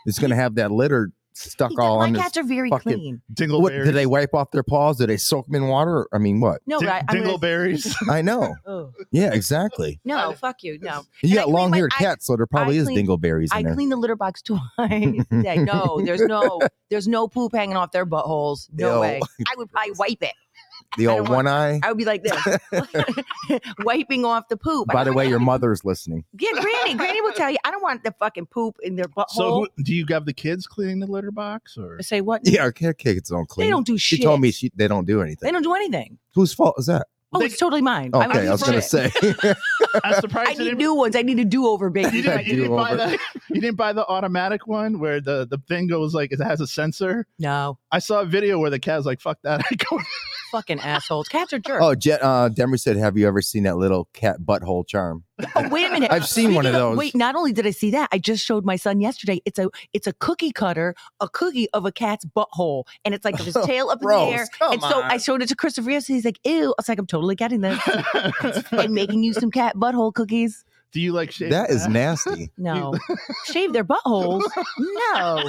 Speaker 3: it's gonna have that litter stuck
Speaker 6: He-
Speaker 3: all
Speaker 6: my
Speaker 3: on. His,
Speaker 6: cats are very
Speaker 3: fucking-
Speaker 6: clean.
Speaker 9: dingleberries
Speaker 3: what? Do they wipe off their paws? Do they soak them in water? I mean, what?
Speaker 6: No,
Speaker 9: Ding-
Speaker 6: but I, I'm gonna-
Speaker 9: dingleberries
Speaker 3: I know.
Speaker 6: Ugh.
Speaker 3: Yeah, exactly.
Speaker 6: No, fuck you. No,
Speaker 3: You
Speaker 6: And I
Speaker 3: got
Speaker 6: clean my-
Speaker 3: long haired
Speaker 6: I-
Speaker 3: cats, so there probably is
Speaker 6: clean-
Speaker 3: dingleberries
Speaker 6: I
Speaker 3: in there.
Speaker 6: clean the litter box twice a day. No, there's no, there's no poop hanging off their buttholes. No
Speaker 3: Yo.
Speaker 6: way. I would probably wipe it.
Speaker 3: the
Speaker 6: I
Speaker 3: old
Speaker 6: don't
Speaker 3: one eye.
Speaker 6: I would be like this, wiping off the poop.
Speaker 3: By the way, your mother's listening.
Speaker 6: yeah, Granny. Granny will tell you, I don't want the fucking poop in their butthole.
Speaker 9: so who, do you have the kids cleaning the litter box or
Speaker 6: say what?
Speaker 3: Yeah, our care kids don't clean.
Speaker 6: they don't do
Speaker 3: she
Speaker 6: shit.
Speaker 3: told me she, they don't do
Speaker 6: they
Speaker 3: anything.
Speaker 6: don't do anything.
Speaker 3: Whose fault is that?
Speaker 6: Oh,
Speaker 9: They-
Speaker 6: it's totally mine. I'm-
Speaker 3: Okay,
Speaker 6: I'm
Speaker 3: I was gonna
Speaker 6: surprised.
Speaker 3: say.
Speaker 9: i'm surprised
Speaker 6: I
Speaker 9: you
Speaker 6: need
Speaker 9: didn't-
Speaker 6: new ones. I need a do-over, baby.
Speaker 9: you didn't, you,
Speaker 3: Do
Speaker 9: didn't buy
Speaker 3: over.
Speaker 9: the, you didn't buy the automatic one where the, the thing goes like it has a sensor.
Speaker 6: No,
Speaker 9: I saw a video where the cat's like, fuck that. I go,
Speaker 6: fucking assholes. Cats are jerks.
Speaker 3: oh, Jen, uh, Demery said, "Have you ever seen that little cat butthole charm?"
Speaker 6: Oh, wait a minute.
Speaker 3: I've seen one of
Speaker 6: Speaking
Speaker 3: those.
Speaker 6: Wait, not only did I see that, I just showed my son yesterday. It's a it's a cookie cutter, a cookie of a cat's butthole, and it's like his tail up in
Speaker 3: Gross,
Speaker 6: the air.
Speaker 3: come
Speaker 6: and so I
Speaker 3: on.
Speaker 6: showed it to Christopher yesterday. He's like, "Ew!" I was like, "I'm totally getting this." and making you some cat butthole cookies?
Speaker 9: do you like shit?
Speaker 3: that
Speaker 6: uh,
Speaker 3: is nasty.
Speaker 6: No, shave their buttholes? No,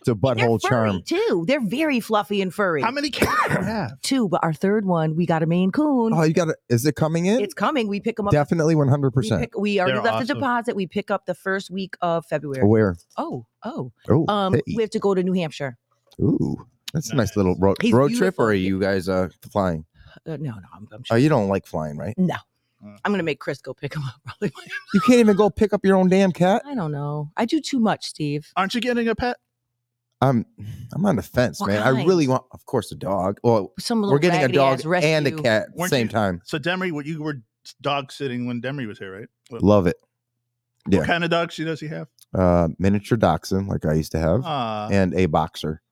Speaker 3: It's
Speaker 6: they're
Speaker 3: a butthole
Speaker 6: furry
Speaker 3: charm.
Speaker 6: too. They're very fluffy and furry.
Speaker 9: How many cats do you have?
Speaker 6: Two, but our third one, we got a Maine Coon.
Speaker 3: Oh, you got it. Is it coming in?
Speaker 6: it's coming. We pick them up.
Speaker 3: Definitely one
Speaker 6: we,
Speaker 3: hundred percent.
Speaker 6: pick, we already
Speaker 9: They're
Speaker 6: left the
Speaker 9: awesome.
Speaker 6: deposit. We pick up the first week of February.
Speaker 3: Aware.
Speaker 6: Oh, oh.
Speaker 3: Oh,
Speaker 6: Um,
Speaker 3: hey.
Speaker 6: we have to go to New Hampshire.
Speaker 3: ooh, that's a nice little road,
Speaker 6: He's
Speaker 3: road trip.
Speaker 6: beautiful.
Speaker 3: Or are you guys uh, flying?
Speaker 6: Uh, no, no, I'm, I'm
Speaker 3: Oh,
Speaker 6: sure.
Speaker 3: you don't like flying, right?
Speaker 6: no.
Speaker 9: Mm.
Speaker 6: I'm gonna make Chris go pick him up. Probably.
Speaker 3: You can't even go pick up your own damn cat.
Speaker 6: I don't know. I do too much, Steve.
Speaker 9: Aren't you getting a pet?
Speaker 3: I'm I'm on the fence,
Speaker 6: What
Speaker 3: man. I
Speaker 6: kind?
Speaker 3: really want, of course, a dog. Well,
Speaker 6: Some little
Speaker 3: we're getting a
Speaker 6: raggedy
Speaker 3: dog
Speaker 6: ass rescue.
Speaker 3: and a cat at the
Speaker 9: Weren't
Speaker 3: same
Speaker 9: you-
Speaker 3: time.
Speaker 9: So, Demery, what you were dog sitting when Demery was here, right? What,
Speaker 3: Love it.
Speaker 9: what
Speaker 3: yeah.
Speaker 9: kind of dog she does he have?
Speaker 3: Uh, miniature dachshund, like I used to have,
Speaker 9: Uh,
Speaker 3: and a boxer.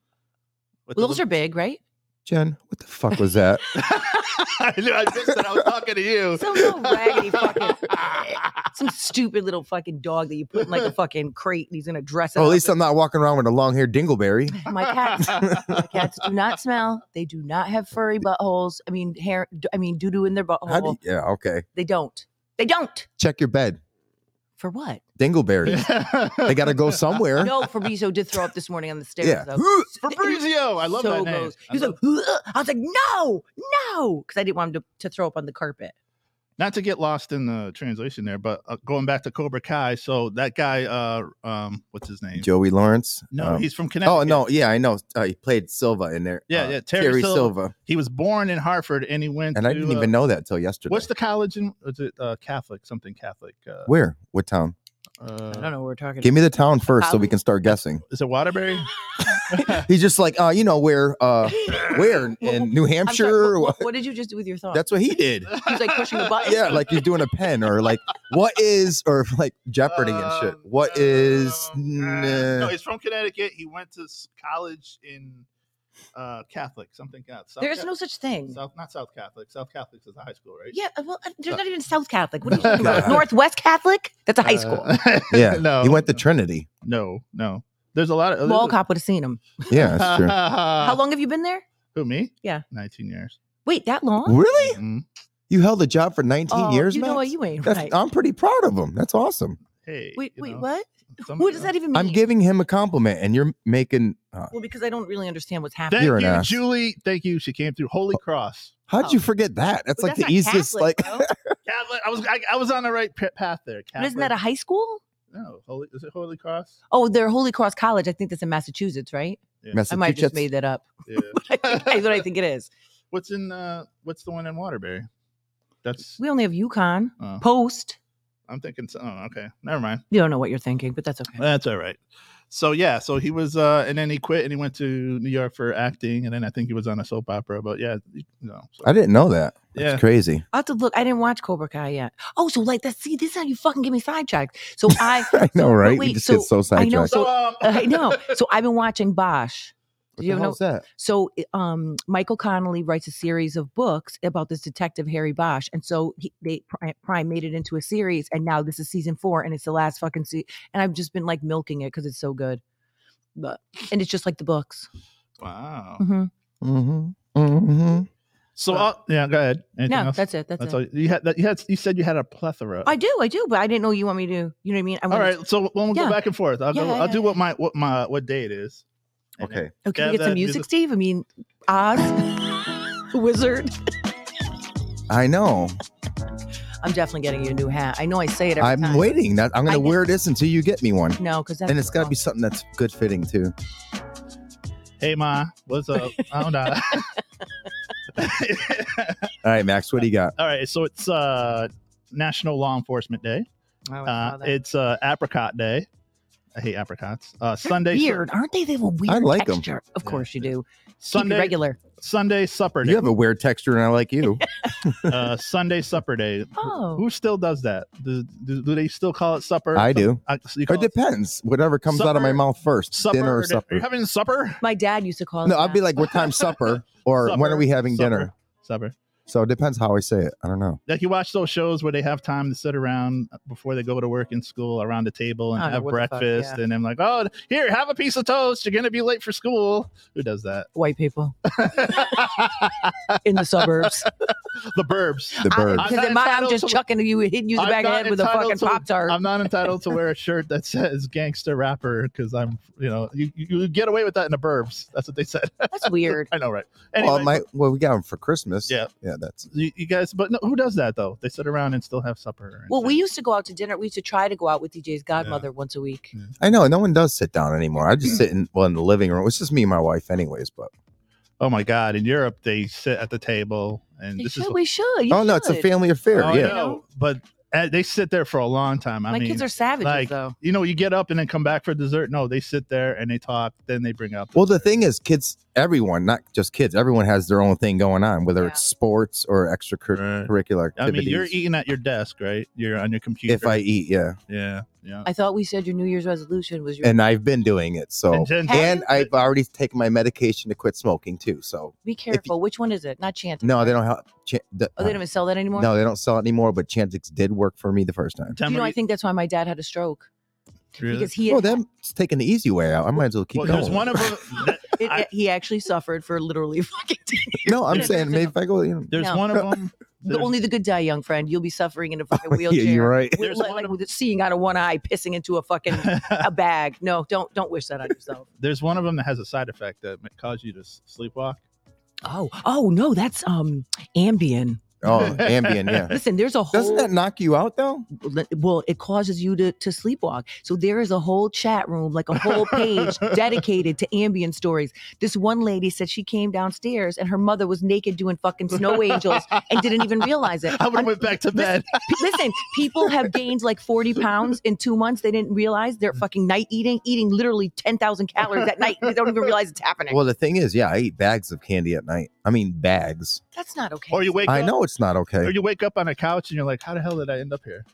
Speaker 6: Well, those are big, right?
Speaker 3: Jen, what the fuck was that?
Speaker 9: I knew I missed it. I was talking to you.
Speaker 6: Some little raggedy fucking, some stupid little fucking dog that you put in like a fucking crate and he's gonna dress it.
Speaker 3: oh, at
Speaker 6: up
Speaker 3: least I'm not walking around with a long haired dingleberry.
Speaker 6: and- my cats. My cats do not smell. They do not have furry buttholes. I mean, hair. I mean, doo doo in their
Speaker 3: How
Speaker 6: butthole.
Speaker 3: do you, yeah, okay.
Speaker 6: they don't. They don't.
Speaker 3: Check your bed.
Speaker 6: For what?
Speaker 3: Dingleberries. they got to go somewhere.
Speaker 6: No, Fabrizio did throw up this morning on the stairs.
Speaker 3: yeah.
Speaker 6: though.
Speaker 9: Fabrizio. I love
Speaker 6: so
Speaker 9: that name.
Speaker 6: gross.
Speaker 9: I
Speaker 6: He was
Speaker 9: love-
Speaker 6: like, "Ugh." I was like, no, no, because I didn't want him to, to throw up on the carpet.
Speaker 9: not to get lost in the translation there, but uh, going back to Cobra Kai, so that guy, uh, um, what's his name?
Speaker 3: Joey Lawrence.
Speaker 9: No,
Speaker 3: Um,
Speaker 9: he's from Connecticut.
Speaker 3: Oh, no. Yeah, I know. Uh, he played Silva in there.
Speaker 9: Yeah,
Speaker 3: Uh,
Speaker 9: yeah,
Speaker 3: Terry,
Speaker 9: Terry
Speaker 3: Silva.
Speaker 9: Silva. He was born in Hartford, and he went.
Speaker 3: And I didn't
Speaker 9: to, uh,
Speaker 3: even know that till yesterday.
Speaker 9: What's the college in? Is it uh, Catholic? Something Catholic? Uh,
Speaker 3: Where? What town?
Speaker 9: uh,
Speaker 6: I don't know what we're talking
Speaker 3: Give me the town first so we
Speaker 6: Holland?
Speaker 3: can start guessing.
Speaker 9: Is it Waterbury?
Speaker 3: He's just like, uh, you know, where, uh, where in New
Speaker 6: I'm
Speaker 3: Hampshire?
Speaker 6: sorry, what,
Speaker 3: or what?
Speaker 6: what, what did you just do with your thumb?
Speaker 3: That's what he did.
Speaker 6: He's like pushing a button.
Speaker 3: Yeah, like he's doing a pen or like, what is, or like Jeopardy and shit.
Speaker 6: Oh,
Speaker 3: What is?
Speaker 9: Um, uh,
Speaker 3: nah.
Speaker 9: no, he's from Connecticut. He went to s- college in uh, Catholic. Something Catholic. South
Speaker 6: there is
Speaker 9: Ca-
Speaker 6: no such thing.
Speaker 9: South, not South Catholic. South Catholic is a high school, right?
Speaker 6: Yeah, well, uh, there's not even South Catholic. What are you
Speaker 3: Oh
Speaker 6: talking
Speaker 3: Yeah. Uh,
Speaker 6: about? Northwest Catholic? That's a high school.
Speaker 9: Uh,
Speaker 3: yeah,
Speaker 9: no.
Speaker 3: he went to Trinity.
Speaker 9: No, no. There's a lot of
Speaker 6: Mall cop would have seen him.
Speaker 3: Yeah, that's true.
Speaker 9: Uh,
Speaker 6: How long have you been there?
Speaker 9: Who me?
Speaker 6: Yeah.
Speaker 9: 19 years.
Speaker 6: Wait, that long?
Speaker 3: really?
Speaker 9: Mhm.
Speaker 3: You held a job for 19
Speaker 6: Oh,
Speaker 3: years,
Speaker 6: You know
Speaker 3: Max?
Speaker 6: what? You ain't
Speaker 3: That's,
Speaker 6: right.
Speaker 3: I'm pretty proud of him. That's awesome.
Speaker 9: Hey.
Speaker 6: wait,
Speaker 9: you
Speaker 6: wait,
Speaker 9: know,
Speaker 6: what?
Speaker 9: some-
Speaker 6: What does that even mean?
Speaker 3: I'm giving him a compliment, and you're making. Uh,
Speaker 6: Well, because I don't really understand what's happening.
Speaker 9: Thank
Speaker 3: You're an
Speaker 9: you,
Speaker 3: ass.
Speaker 9: Julie. Thank you. She came through. Holy Cross.
Speaker 3: how'd
Speaker 6: Oh.
Speaker 3: you forget that? That's
Speaker 6: But
Speaker 3: like
Speaker 6: that's
Speaker 3: the
Speaker 6: not
Speaker 3: easiest.
Speaker 6: Catholic,
Speaker 3: like,
Speaker 6: bro.
Speaker 9: Catholic. I was I, I was on the right p- path there.
Speaker 6: But
Speaker 9: Catholic.
Speaker 6: isn't that a high school?
Speaker 9: no? Holy is it Holy Cross?
Speaker 6: Oh, they're Holy Cross College. I think that's in Massachusetts, right? I might have just
Speaker 3: Massachusetts.
Speaker 6: made that up.
Speaker 9: Yeah.
Speaker 6: I think, that's what I think it is.
Speaker 9: What's in uh what's the one in Waterbury? That's
Speaker 6: We only have UConn,
Speaker 9: uh,
Speaker 6: Post.
Speaker 9: I'm thinking so- oh, okay. Never mind.
Speaker 6: You don't know what you're thinking, but that's okay.
Speaker 9: That's all right. So yeah, so he was uh and then he quit and he went to New York for acting and then I think he was on a soap opera, but yeah, you know. so-
Speaker 3: I didn't know that. That's
Speaker 9: yeah.
Speaker 3: crazy.
Speaker 6: I'll have to look. I didn't watch Cobra Kai yet. Oh, so like that's see, this is how you fucking get me sidetracked. So I
Speaker 3: I know,
Speaker 6: so- but
Speaker 3: right? we
Speaker 6: wait,
Speaker 3: just
Speaker 6: so
Speaker 3: get so
Speaker 6: I know,
Speaker 3: sidetracked.
Speaker 9: So um
Speaker 6: I know. So I've been watching Bosch.
Speaker 3: What
Speaker 6: you
Speaker 3: the
Speaker 6: know-
Speaker 3: hell's that?
Speaker 6: So i- um, Michael Connolly writes a series of books about this detective Harry Bosch, and so he, they Pri- Prime made it into a series, and now this is season four, and it's the last fucking season. And I've just been like milking it because it's so good, but and it's just like the books.
Speaker 9: Wow.
Speaker 6: Mhm.
Speaker 3: Mm-hmm. Mm-hmm.
Speaker 9: So
Speaker 6: So-
Speaker 9: uh, yeah, go ahead. Anything
Speaker 6: No,
Speaker 9: else?
Speaker 6: that's it. That's,
Speaker 9: That's
Speaker 6: it.
Speaker 9: all you had. That, you had. You said you had a plethora.
Speaker 6: I do, I do, but I didn't know you want me to. You know what I mean? I
Speaker 9: All
Speaker 6: wanted
Speaker 9: right, so we'll go
Speaker 6: Yeah.
Speaker 9: back and forth. I'll,
Speaker 6: Yeah,
Speaker 9: go,
Speaker 6: yeah,
Speaker 9: I'll
Speaker 6: yeah,
Speaker 9: do what my what my what day it is. And
Speaker 3: Okay.
Speaker 6: To, oh, can
Speaker 9: Yeah,
Speaker 6: we get
Speaker 9: that
Speaker 6: some music,
Speaker 9: music-
Speaker 6: Steve? I mean, Oz, Wizard.
Speaker 3: I know.
Speaker 6: I'm definitely getting you a new hat. I know I say it every
Speaker 3: I'm
Speaker 6: time.
Speaker 3: waiting. That I'm
Speaker 6: I
Speaker 3: gonna
Speaker 6: know.
Speaker 3: wear this until you get me one,
Speaker 6: No, because
Speaker 3: and it's gotta be something that's good fitting too.
Speaker 9: then- Hey, ma, what's up? I don't know.
Speaker 3: All right, Max, what do you got?
Speaker 9: All right, so it's uh, National Law Enforcement Day.
Speaker 6: Oh,
Speaker 9: Uh, it's uh, Apricot Day. I hate apricots. Uh, Sunday, su-
Speaker 6: weird, aren't they? They have a weird
Speaker 3: like 'em.
Speaker 6: texture. Of
Speaker 9: Yeah.
Speaker 6: course you do. Keep it
Speaker 9: Sunday,
Speaker 6: regular.
Speaker 9: Sunday supper
Speaker 3: You
Speaker 9: day.
Speaker 3: have a weird texture, and I like you.
Speaker 9: uh, Sunday supper day.
Speaker 6: Oh,
Speaker 9: Who still does that? Do, do, do they still call it supper?
Speaker 3: I do.
Speaker 9: Uh, so you
Speaker 3: It
Speaker 9: call it
Speaker 3: depends. Whatever comes out of my
Speaker 9: Supper-
Speaker 3: mouth first,
Speaker 9: supper
Speaker 3: dinner or
Speaker 9: di- Are you
Speaker 3: supper.
Speaker 9: having supper?
Speaker 6: my dad used to call.
Speaker 3: No,
Speaker 6: it
Speaker 3: I'd be
Speaker 6: that.
Speaker 3: like, "What time supper?" Or when
Speaker 9: Supper,
Speaker 3: are we having
Speaker 9: supper,
Speaker 3: dinner?
Speaker 9: Supper.
Speaker 3: So it depends how I say it. I don't know.
Speaker 9: like you watch those shows where they have time to sit around before they go to work and school around the table and
Speaker 6: I don't know,
Speaker 9: have
Speaker 6: Oh, what the fuck,
Speaker 9: breakfast
Speaker 6: yeah.
Speaker 9: and I'm like, oh, here, have a piece of toast. You're gonna be late for school. Who does that?
Speaker 6: white people in the suburbs.
Speaker 9: The Burbs.
Speaker 3: The bird.
Speaker 9: I'm
Speaker 6: Because
Speaker 9: not
Speaker 6: in my, I'm
Speaker 9: entitled
Speaker 6: just
Speaker 9: to-
Speaker 6: chucking you, hitting you in the
Speaker 9: I'm
Speaker 6: back of the
Speaker 9: not
Speaker 6: head with a fucking
Speaker 9: entitled to-
Speaker 6: pop tart.
Speaker 9: I'm not entitled to wear a shirt that says gangster rapper because I'm, you know, you, you you get away with that in the Burbs. That's what they said.
Speaker 6: That's weird.
Speaker 9: I know, right? Anyway,
Speaker 3: Well, my well, we got them for Christmas.
Speaker 9: Yeah.
Speaker 3: yeah. That's
Speaker 9: you, you guys, but no, who does that though? They sit around and still have supper. and
Speaker 6: Well, we
Speaker 9: shit.
Speaker 6: used to go out to dinner. We used to try to go out with DJ's godmother once a week.
Speaker 3: I know. No one does sit down anymore. I just sit in well in the living room. It's just me and my wife, anyways. But
Speaker 9: Oh my God! In Europe, they sit at the table, and
Speaker 6: You
Speaker 9: this is
Speaker 6: should, we should. You
Speaker 3: oh no, it's a
Speaker 6: should.
Speaker 3: family affair.
Speaker 9: Oh, I
Speaker 3: yeah.
Speaker 9: know, but uh, they sit there for a long time. I
Speaker 6: My
Speaker 9: mean,
Speaker 6: kids are savages,
Speaker 9: like-
Speaker 6: though.
Speaker 9: you know, you get up and then come back for dessert. No, they sit there and they talk. Then they bring up.
Speaker 3: Well, the thing is, kids, everyone, not just kids, everyone has their own thing going on, whether
Speaker 6: Yeah.
Speaker 3: it's sports or extracurricular
Speaker 9: I mean,
Speaker 3: activities.
Speaker 9: you're eating at your desk, right? You're on your computer.
Speaker 3: if I eat, yeah.
Speaker 9: yeah, yeah.
Speaker 6: I thought we said your New Year's resolution was your.
Speaker 3: And I've been doing it.
Speaker 6: Oh.
Speaker 3: So,
Speaker 9: And then-
Speaker 6: Have
Speaker 3: and
Speaker 6: you?
Speaker 3: I've already taken my medication to quit smoking too. So,
Speaker 6: be careful. Which one is it? Not Chantix.
Speaker 3: no, they don't have. Ch- the, uh,
Speaker 6: Oh, they don't even sell that anymore.
Speaker 3: no, they don't sell it anymore. But Chantix did work for me the first time.
Speaker 6: Do
Speaker 9: September,
Speaker 6: you know, I think that's why my dad had a stroke
Speaker 9: really?
Speaker 6: because he
Speaker 3: Oh, that's taking the easy way out. I might as well keep
Speaker 9: well,
Speaker 3: going.
Speaker 9: there's one of them. that-
Speaker 6: It,
Speaker 9: I-
Speaker 6: it- he actually suffered for literally fucking 10 years.
Speaker 3: no, I'm
Speaker 6: Yeah,
Speaker 3: saying
Speaker 6: there's
Speaker 3: maybe if I go, you know,
Speaker 9: there's
Speaker 6: No.
Speaker 9: one of them.
Speaker 6: The- only the good die, young friend. You'll be suffering in a fucking
Speaker 3: yeah,
Speaker 6: wheelchair.
Speaker 3: you're right.
Speaker 6: With,
Speaker 9: There's
Speaker 6: like,
Speaker 9: one
Speaker 6: like
Speaker 9: of-
Speaker 6: with seeing out of one eye, pissing into a fucking a bag. No, don't don't wish that on yourself.
Speaker 9: there's one of them that has a side effect that may cause you to s- sleepwalk.
Speaker 6: Oh, oh no, that's um Ambien.
Speaker 3: Oh, Ambien, yeah.
Speaker 6: Listen, there's a whole
Speaker 3: Doesn't that knock you out though?
Speaker 6: well, it causes you to to sleepwalk. So there is a whole chat room, like a whole page dedicated to Ambien stories. This one lady said she came downstairs and her mother was naked doing fucking snow angels and didn't even realize it.
Speaker 9: I would have went back to bed.
Speaker 6: P- Listen, people have gained like 40 pounds in two months. They didn't realize they're fucking night eating, eating literally 10,000 calories at night. They don't even realize it's happening.
Speaker 3: Well, the thing is, yeah, I eat bags of candy at night. I mean, bags.
Speaker 6: That's not okay.
Speaker 9: or you wake.
Speaker 3: I
Speaker 9: up,
Speaker 3: know it's not okay.
Speaker 9: Or you wake up on a couch and you're like, "How the hell did I end up here?"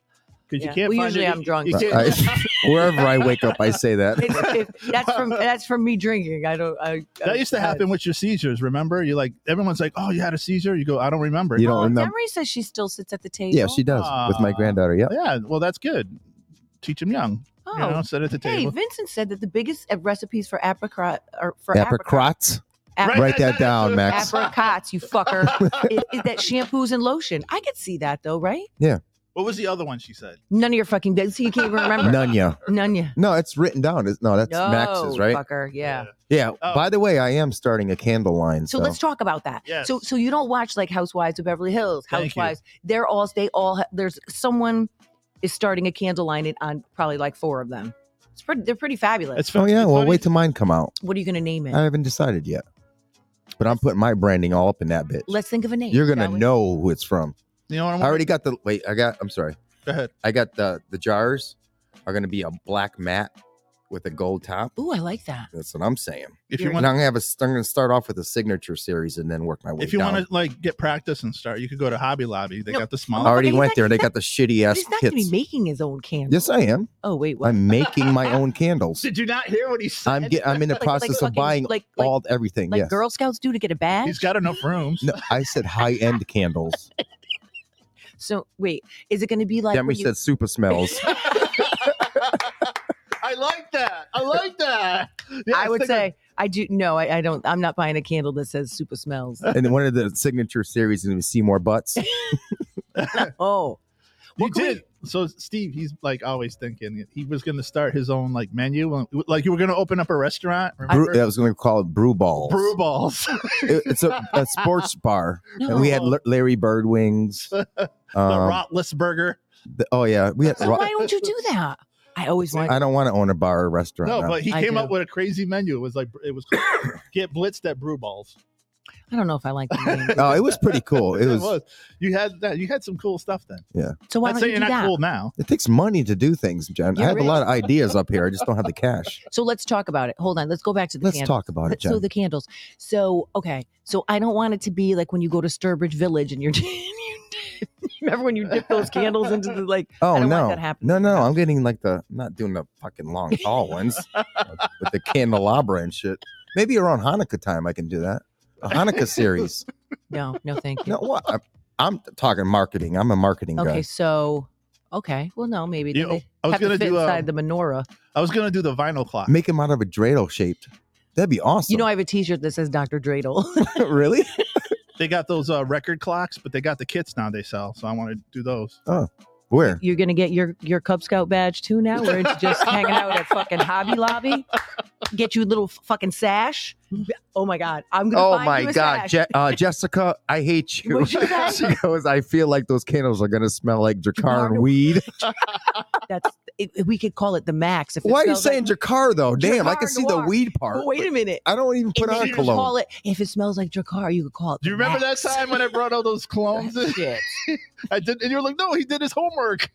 Speaker 9: Because
Speaker 6: Yeah.
Speaker 9: you can't.
Speaker 6: Well,
Speaker 9: find
Speaker 6: usually
Speaker 9: your-
Speaker 6: I'm drunk.
Speaker 9: you can't-
Speaker 3: I, wherever I wake up, I say that.
Speaker 6: It's- it- that's from that's from me drinking. I don't. I, I-
Speaker 9: That used to happen with your seizures. Remember, you like everyone's like, "Oh, you had a seizure." You go, "I don't remember."
Speaker 3: You
Speaker 6: Oh,
Speaker 3: don't remember.
Speaker 6: Emery says she still sits at the table.
Speaker 3: Yeah, she does with my
Speaker 9: Ah.
Speaker 3: granddaughter. Yeah,
Speaker 9: yeah, well, that's good. Teach them young.
Speaker 6: Oh,
Speaker 9: You know, set at the
Speaker 6: hey,
Speaker 9: table.
Speaker 6: Vincent said that the biggest uh, recipes for apricot or for apricot,
Speaker 3: Apricrots.
Speaker 6: apricot,
Speaker 3: Write that down, Max.
Speaker 6: apricots, you fucker, is, is that shampoos and lotion. I could see that though, right?
Speaker 9: What was the other one she said?
Speaker 6: None of your fucking business. You can't even remember.
Speaker 3: Nunya.
Speaker 6: None. Yeah.
Speaker 3: No, it's written down. It's- No, that's
Speaker 6: No,
Speaker 3: Max's, right?
Speaker 6: Fucker. Yeah.
Speaker 3: Yeah.
Speaker 9: Oh.
Speaker 3: By the way, I am starting a candle line.
Speaker 6: So,
Speaker 3: So,
Speaker 6: let's talk about that.
Speaker 9: Yes.
Speaker 6: So so you don't watch like Housewives of Beverly Hills,
Speaker 9: Thank you.
Speaker 6: Housewives. They're all they all ha- there's someone is starting a candle line in- on probably like four of them. It's pretty, they're pretty fabulous.
Speaker 9: It's
Speaker 3: Oh
Speaker 9: fun-
Speaker 3: yeah.
Speaker 9: it's
Speaker 3: Well,
Speaker 9: funny.
Speaker 3: wait till mine come out.
Speaker 6: what are you going to name it?
Speaker 3: I haven't decided yet, but I'm putting my branding all up in that bitch.
Speaker 6: Let's think of a name.
Speaker 3: You're gonna
Speaker 6: shall we? Uh-huh.
Speaker 3: know who it's from.
Speaker 9: You know what I'm
Speaker 3: I already got the wait. I got. I'm sorry.
Speaker 9: Go ahead.
Speaker 3: I got the the jars are gonna be a black mat with a gold top.
Speaker 6: Ooh, I like that.
Speaker 3: That's what I'm saying.
Speaker 9: If you
Speaker 3: And
Speaker 9: want,
Speaker 3: I'm gonna have a. I'm gonna start off with a signature series and then work my way.
Speaker 9: if you
Speaker 3: down.
Speaker 9: want to like get practice and start, you could go to Hobby Lobby. They
Speaker 6: No,
Speaker 9: got the
Speaker 3: I
Speaker 9: small.
Speaker 6: I'll-
Speaker 3: already
Speaker 6: Oh, He's
Speaker 3: went
Speaker 6: not-
Speaker 3: there. They
Speaker 6: he's
Speaker 3: got the shitty ass
Speaker 6: He's not going to
Speaker 3: kits.
Speaker 6: be making his own candle.
Speaker 3: Yes, I am.
Speaker 6: Oh wait, what?
Speaker 3: I'm making my own candles.
Speaker 9: Did you not hear what he said?
Speaker 3: I'm get, I'm in the
Speaker 6: Like- like
Speaker 3: process of
Speaker 6: fucking-
Speaker 3: buying
Speaker 6: like like,
Speaker 3: all everything.
Speaker 6: like
Speaker 3: yes.
Speaker 6: Girl Scouts do to get a badge.
Speaker 9: He's got enough rooms.
Speaker 3: No, I said high end candles.
Speaker 6: so wait, is it going to be like?
Speaker 3: Demi
Speaker 6: when you-
Speaker 3: said super smells.
Speaker 9: I like that. I like that.
Speaker 6: I would say I do. No, I, I don't. I'm not buying a candle that says "Super Smells."
Speaker 3: and then one of the signature series is gonna be Seymour Butts.
Speaker 6: oh,
Speaker 9: You
Speaker 6: What can we-
Speaker 9: did. So Steve, he's like always thinking he was going to start his own like menu, like you were going to open up a restaurant.
Speaker 3: Brew,
Speaker 9: Remember?
Speaker 3: I was gonna call it Brew Balls.
Speaker 9: Brew balls.
Speaker 3: It- it's a, a sports bar, and we had
Speaker 9: No.
Speaker 3: L- Larry Bird wings.
Speaker 9: the
Speaker 3: Um,
Speaker 9: Rotless burger.
Speaker 3: the- oh yeah, we had.
Speaker 6: so
Speaker 3: Ro-
Speaker 6: why don't you do that? I always want.
Speaker 3: I don't want to own a bar or restaurant.
Speaker 9: No,
Speaker 3: now.
Speaker 9: but he
Speaker 6: I
Speaker 9: came
Speaker 6: do.
Speaker 9: up with a crazy menu. It was like it was called, get blitzed at brew balls.
Speaker 6: I don't know if I like the name.
Speaker 3: oh, it was pretty cool. It was.
Speaker 9: You had that. You had some cool stuff then.
Speaker 6: So why don't
Speaker 9: Not saying
Speaker 6: you
Speaker 9: you're
Speaker 6: do
Speaker 9: not
Speaker 6: that?
Speaker 9: cool now.
Speaker 3: It takes money to do things, Jen.
Speaker 6: Yeah,
Speaker 3: I have
Speaker 6: really.
Speaker 3: a lot of ideas up here. I just don't have the cash.
Speaker 6: So let's talk about it. Hold on. Let's go back to the
Speaker 3: Let's
Speaker 6: candles.
Speaker 3: talk about it, Jen.
Speaker 6: So the candles. So okay. So I don't want it to be like when you go to Sturbridge Village and you're. Remember when you dip those candles into the like? I
Speaker 3: Oh
Speaker 6: don't want
Speaker 3: no,
Speaker 6: that happening.
Speaker 3: no, no! I'm getting like the I'm not doing the fucking long tall ones uh, with the candelabra and shit. Maybe around Hanukkah time I can do that. A Hanukkah series.
Speaker 6: No, no, thank you.
Speaker 3: No, what? I'm, I'm talking marketing. I'm a marketing
Speaker 6: okay,
Speaker 3: guy.
Speaker 6: so okay. Well, no, maybe
Speaker 9: You
Speaker 6: then
Speaker 9: know,
Speaker 6: they
Speaker 9: I was
Speaker 6: have to
Speaker 9: gonna
Speaker 6: fit
Speaker 9: do, uh,
Speaker 3: um,
Speaker 6: inside the menorah.
Speaker 9: I was gonna do the vinyl clock.
Speaker 3: Make him out of a dreidel shaped. That'd be awesome.
Speaker 6: You know, I have a T-shirt that says Dr. Dreidel.
Speaker 3: really?
Speaker 9: They got those uh, record clocks, but they got the kits now they sell. So I want to do those.
Speaker 3: Where?
Speaker 6: You're gonna get your your Cub Scout badge too now, where it's just hanging out at fucking Hobby Lobby. Get you a little fucking sash. Oh my god, I'm gonna.
Speaker 3: Mm-hmm. Oh
Speaker 6: find
Speaker 3: my
Speaker 6: you a
Speaker 3: God,
Speaker 6: sash.
Speaker 3: Je- uh, Jessica! I hate you.
Speaker 6: What'd you say?
Speaker 3: she goes. I feel like those candles are gonna smell like
Speaker 6: Jacquard.
Speaker 3: Jacquard weed.
Speaker 6: That's it, it- we could call it the max. If it
Speaker 3: Why are you
Speaker 6: smells like-
Speaker 3: saying Jacquard though? Damn, I can
Speaker 6: Jacquard
Speaker 3: see
Speaker 6: Noir.
Speaker 3: the weed part.
Speaker 6: But wait a minute.
Speaker 3: I don't even put
Speaker 6: If
Speaker 3: on
Speaker 6: you
Speaker 3: cologne.
Speaker 6: Call it if it smells like Dracar, you could call it.
Speaker 9: Do you
Speaker 6: the
Speaker 9: remember that
Speaker 6: Max.
Speaker 9: time when I brought all those clones? in?
Speaker 6: Shit.
Speaker 9: I did, and you're like, no, he did his homework.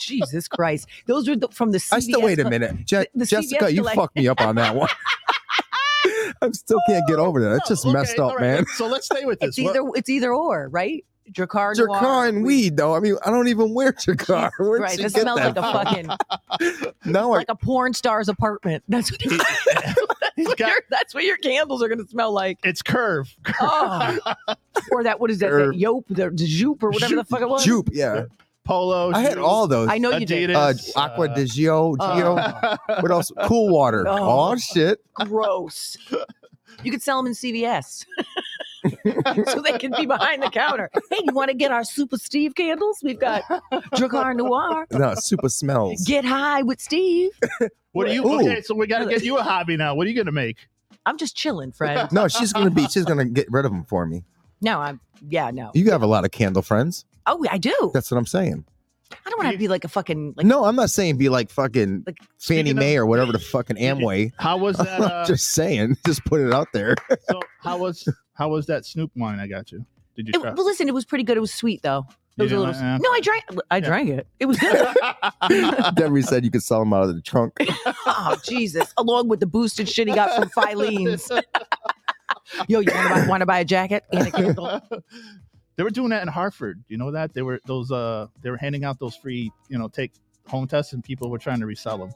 Speaker 6: Jesus Christ, those were the, from the. CVS
Speaker 3: I still wait a minute, Je-
Speaker 6: the
Speaker 3: Jessica.
Speaker 6: CVS
Speaker 3: You
Speaker 6: collect-
Speaker 3: fucked me up on that one. I still can't get over that. That's
Speaker 9: No,
Speaker 6: Oh,
Speaker 3: just
Speaker 9: Oh, okay,
Speaker 3: messed
Speaker 9: all
Speaker 3: up,
Speaker 9: right,
Speaker 3: man.
Speaker 9: So let's stay with
Speaker 6: It's
Speaker 9: this.
Speaker 6: either it's either or, right? Dracar.
Speaker 3: Your car and weed, though. I mean, I don't even wear your car. Where'd
Speaker 6: Right,
Speaker 3: you
Speaker 6: this
Speaker 3: get
Speaker 6: smells
Speaker 3: that
Speaker 6: like a
Speaker 3: from?
Speaker 6: fucking
Speaker 3: No, I-
Speaker 6: like a porn star's apartment. That's what,
Speaker 9: He's got-
Speaker 6: your, that's what your candles are gonna smell like.
Speaker 9: it's curve.
Speaker 6: Oh, or that what is that? that
Speaker 3: Or-
Speaker 6: yope, the, the jupe, or whatever the fuck it was.
Speaker 3: Jupe. Yeah,
Speaker 9: Polo.
Speaker 3: I had
Speaker 9: shoes,
Speaker 3: all those.
Speaker 6: I know Uh, you did.
Speaker 9: Adidas,
Speaker 3: Uh, Aqua de Gio, Gio. what else? Cool water.
Speaker 6: Oh.
Speaker 3: Oh, shit.
Speaker 6: Gross. You could sell them in CVS. so they could be behind the counter. Hey, you want to get our Super Steve candles? We've got Dracar Noir.
Speaker 3: No, super smells.
Speaker 6: Get high with Steve.
Speaker 9: What are you?
Speaker 3: Ooh.
Speaker 9: Okay, so we got to get you a hobby now. What are you gonna make?
Speaker 6: I'm just chilling, friend.
Speaker 3: no, she's gonna be. She's gonna get rid of them for me.
Speaker 6: No, I'm. Yeah, no.
Speaker 3: You have a lot of candle friends.
Speaker 6: Oh, I do.
Speaker 3: That's what I'm saying.
Speaker 6: I don't want to be like a fucking like.
Speaker 3: no, I'm not saying be like fucking
Speaker 6: Like,
Speaker 3: Fannie
Speaker 9: speaking of-
Speaker 3: Mae or whatever the fucking Amway.
Speaker 9: How was that? Uh,
Speaker 3: just saying. Just put it out there.
Speaker 9: so how was how was that Snoop wine I got you? Did you
Speaker 6: It,
Speaker 9: try?
Speaker 6: well, listen, it was pretty good. It was sweet though. It
Speaker 9: You
Speaker 6: was a
Speaker 9: didn't
Speaker 6: little.
Speaker 9: like-
Speaker 6: No, I
Speaker 9: okay.
Speaker 6: drank. I drank it. It was good.
Speaker 3: Debbie said you could sell them out of the trunk.
Speaker 6: oh Jesus! Along with the boosted shit he got from Filene's. Yo, you want to buy, want to buy a jacket and a candle?
Speaker 9: they were doing that in Hartford. You know that they were those uh they were handing out those free you know take home tests and people were trying to resell them.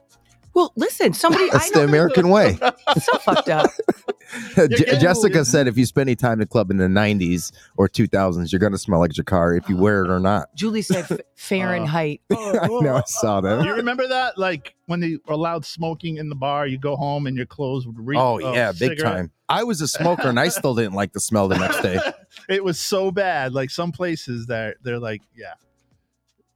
Speaker 6: Well, listen, somebody I
Speaker 3: That's the
Speaker 6: know
Speaker 3: American way. Uh,
Speaker 6: so fucked up.
Speaker 3: Je-
Speaker 9: getting
Speaker 3: Jessica
Speaker 9: old.
Speaker 3: said if you spend any time in the club in the 90s or 2000s, you're going to smell like Jakar if you wear it or not.
Speaker 6: Julie
Speaker 9: Uh.
Speaker 6: said f- Fahrenheit.
Speaker 3: I know, I saw
Speaker 9: You
Speaker 3: that.
Speaker 9: remember that? Like when they allowed smoking in the bar, you go home and your clothes would reek.
Speaker 3: Oh,
Speaker 9: of
Speaker 3: yeah, big
Speaker 9: cigarette.
Speaker 3: time. I was a smoker and I still didn't like the smell the next day.
Speaker 9: it was so bad. Like some places that they're like, yeah.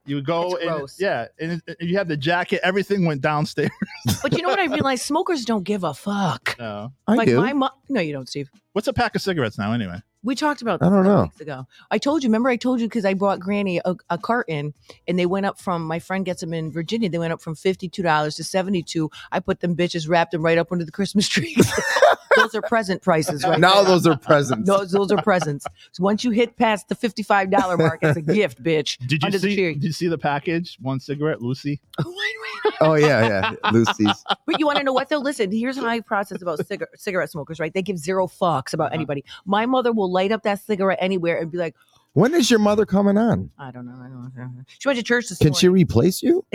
Speaker 9: You would go
Speaker 6: It's
Speaker 9: and
Speaker 6: gross.
Speaker 9: yeah, and, it- and you have the jacket. Everything went downstairs.
Speaker 6: But you know what I realized? Smokers don't give a fuck.
Speaker 9: No.
Speaker 3: I
Speaker 6: like
Speaker 3: do.
Speaker 6: my mom. No, you don't, Steve.
Speaker 9: What's a pack of cigarettes now, anyway?
Speaker 6: We talked about
Speaker 3: I
Speaker 6: this
Speaker 3: don't
Speaker 6: a couple
Speaker 3: know.
Speaker 6: weeks ago. I told you. Remember, I told you because I brought Granny a, a carton, and they went up from my friend gets them in Virginia. They went up from fifty two dollars to seventy two. I put them bitches, wrapped them right up under the Christmas tree. those are present prices, right?
Speaker 3: now
Speaker 6: there.
Speaker 3: those are presents.
Speaker 6: Those, those are presents. So once you hit past the fifty five dollar mark, it's a gift, bitch.
Speaker 9: Did you
Speaker 6: under
Speaker 9: see?
Speaker 6: the tree.
Speaker 9: Did you see the package? One cigarette, Lucy.
Speaker 3: Oh, yeah, yeah. Lucy's.
Speaker 6: But you want to know what though? Listen, here's how I process about cigar- cigarette smokers, right? They give zero fucks
Speaker 3: Uh-huh.
Speaker 6: about anybody. My mother will light up that cigarette anywhere and be like,
Speaker 3: When is your mother coming on?
Speaker 6: I don't know. I don't know. She went to church this
Speaker 3: Can she
Speaker 6: morning.
Speaker 3: replace you?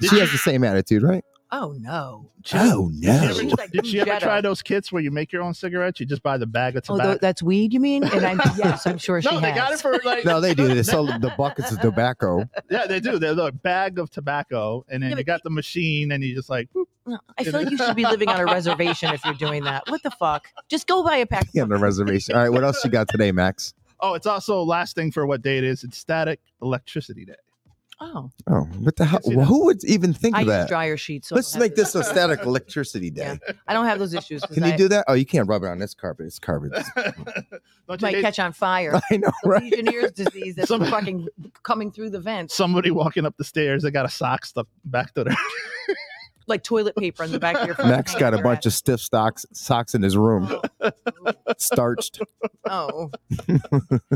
Speaker 3: she has the same attitude, right?
Speaker 6: oh no.
Speaker 3: Oh, no.
Speaker 6: She's like,
Speaker 9: Did you ever
Speaker 6: Jetta.
Speaker 9: try those kits where you make your own cigarettes? You just buy the bag of
Speaker 6: Oh, tho-
Speaker 9: tobacco.
Speaker 6: that's weed, you mean? And I'm yes, I'm sure she
Speaker 9: no,
Speaker 6: has.
Speaker 9: they got it for like.
Speaker 3: No, they do. They sell the buckets of tobacco.
Speaker 9: Yeah, they do. They're the bag of tobacco, and then
Speaker 6: Yeah,
Speaker 9: you
Speaker 6: but-
Speaker 9: got the machine, and you just like. boop.
Speaker 6: No, I feel like you should be living on a reservation if you're doing that. What the fuck? Just go buy a pack.
Speaker 3: Yeah, the reservation. All right, what else you got today, Max?
Speaker 9: Oh, it's also last thing for what day it is. It's Static Electricity Day.
Speaker 6: Oh,
Speaker 3: Oh, what the hell?
Speaker 9: see that.
Speaker 3: Who would even think
Speaker 6: I
Speaker 3: of
Speaker 6: use
Speaker 3: that?
Speaker 6: dryer sheets. so I
Speaker 3: Let's
Speaker 6: don't have
Speaker 3: make this a static electricity day.
Speaker 6: I don't have those issues. 'cause
Speaker 3: Can you
Speaker 6: I-
Speaker 3: do that? Oh, you can't rub it on this carpet. It's carpet.
Speaker 9: Don't you
Speaker 6: Might
Speaker 9: hate-
Speaker 6: catch on fire.
Speaker 3: I know,
Speaker 6: The
Speaker 3: right?
Speaker 6: Legionnaires' disease that's
Speaker 9: Some-
Speaker 6: fucking coming through the vents.
Speaker 9: somebody walking up the stairs that got a sock stuck back to their
Speaker 6: like toilet paper on the back of your phone.
Speaker 3: Max got a bunch of stiff socks socks in his room, starched.
Speaker 6: Oh.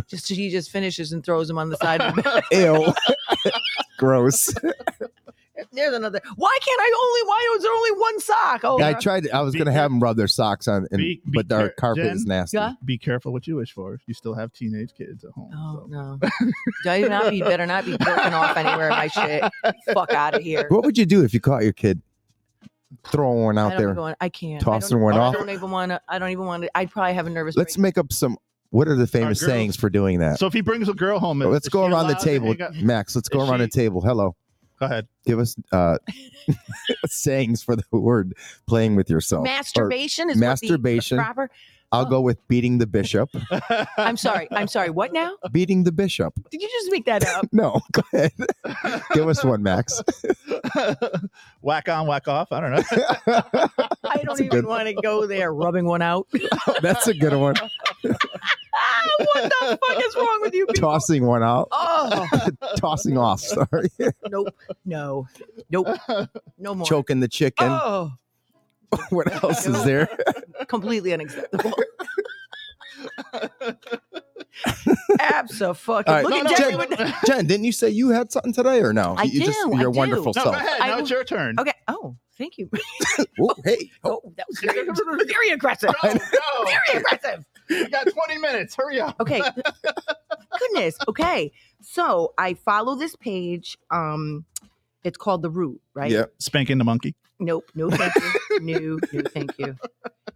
Speaker 6: just he just finishes and throws them on the side of the bed.
Speaker 3: Ew, gross.
Speaker 6: There's another. Why can't I only why is there only one sock? Oh
Speaker 3: I tried. I was
Speaker 9: Be
Speaker 3: gonna
Speaker 9: care-
Speaker 3: have him rub their socks on, and,
Speaker 9: Be- be
Speaker 3: but our
Speaker 9: care-
Speaker 3: carpet is
Speaker 9: Jen?
Speaker 3: nasty.
Speaker 6: Yeah.
Speaker 9: be careful what you wish for you still have teenage kids at home
Speaker 6: Oh
Speaker 9: so.
Speaker 6: no! Do not be better not be jerking off anywhere in my shit. Fuck out of here!
Speaker 3: What would you do if you caught your kid throwing one
Speaker 6: I
Speaker 3: out
Speaker 6: don't
Speaker 3: there,
Speaker 6: even want. I can't. I
Speaker 3: tossing
Speaker 6: don't,
Speaker 3: one
Speaker 6: I
Speaker 3: off?
Speaker 6: don't even want to. I don't even want to. I'd probably have a nervous.
Speaker 3: Let's
Speaker 6: break.
Speaker 3: make up some. What are the famous
Speaker 9: girls-
Speaker 3: sayings for doing that? Oh,
Speaker 9: so if he brings a girl home
Speaker 3: Let's
Speaker 9: is
Speaker 3: go
Speaker 9: she
Speaker 3: around the
Speaker 9: allowed to
Speaker 3: table,
Speaker 9: hang out-
Speaker 3: Max. Let's go
Speaker 9: Is
Speaker 3: around the
Speaker 9: she-
Speaker 3: table. Hello.
Speaker 9: go ahead
Speaker 3: give us uh sayings for the word playing with yourself.
Speaker 6: masturbation
Speaker 3: Or
Speaker 6: is what the- the
Speaker 3: masturbation.
Speaker 6: proper.
Speaker 3: I'll go with beating the bishop.
Speaker 6: I'm sorry. I'm sorry. What now?
Speaker 3: beating the bishop.
Speaker 6: Did you just make that up?
Speaker 3: No, go ahead. give us one, Max.
Speaker 9: whack on whack off i don't know
Speaker 6: I
Speaker 3: That's
Speaker 6: don't
Speaker 3: a
Speaker 6: even
Speaker 3: good-
Speaker 6: want to go there. Rubbing one out.
Speaker 3: That's a good one.
Speaker 6: Ah, what the fuck is wrong with you people?
Speaker 3: Tossing one out.
Speaker 6: Oh
Speaker 3: Tossing off, sorry.
Speaker 6: nope, no, nope, no more.
Speaker 3: Choking the chicken.
Speaker 6: Oh,
Speaker 3: What else is there?
Speaker 6: completely unacceptable. Absolutely.
Speaker 3: All right.
Speaker 6: Look
Speaker 3: No,
Speaker 6: at
Speaker 3: no,
Speaker 6: Jesse
Speaker 3: Jen,
Speaker 6: with-
Speaker 3: Jen, didn't you say you had something today or no?
Speaker 6: I
Speaker 3: you
Speaker 6: do, I
Speaker 3: your
Speaker 6: do.
Speaker 3: wonderful
Speaker 9: no go
Speaker 3: self.
Speaker 9: ahead
Speaker 6: I
Speaker 9: now
Speaker 6: will-
Speaker 9: it's your turn
Speaker 6: Okay. Oh, thank you.
Speaker 3: Ooh, hey. Oh,
Speaker 6: Oh, that was very, very aggressive.
Speaker 9: go go
Speaker 6: Very aggressive.
Speaker 9: you got 20 minutes hurry up
Speaker 6: Okay. Goodness. Okay. So I follow this page. Um, it's called The Root, right?
Speaker 3: Yeah.
Speaker 9: spanking the monkey
Speaker 6: Nope. No, thank you. no, no, thank you.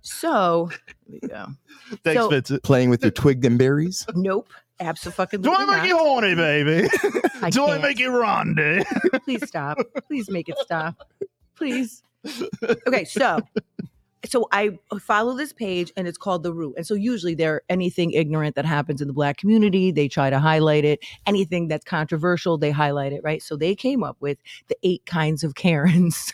Speaker 6: So, there you go.
Speaker 9: thanks
Speaker 6: So-
Speaker 9: Fitz.
Speaker 3: Playing with your twigged and berries.
Speaker 6: Nope. Absolutely.
Speaker 9: do i make you horny baby
Speaker 6: I
Speaker 9: do i
Speaker 6: can't.
Speaker 9: make you rondy
Speaker 6: please stop please make it stop please okay so so i follow this page and it's called the root and so usually there anything ignorant that happens in the black community they try to highlight it anything that's controversial they highlight it right so they came up with the eight kinds of karens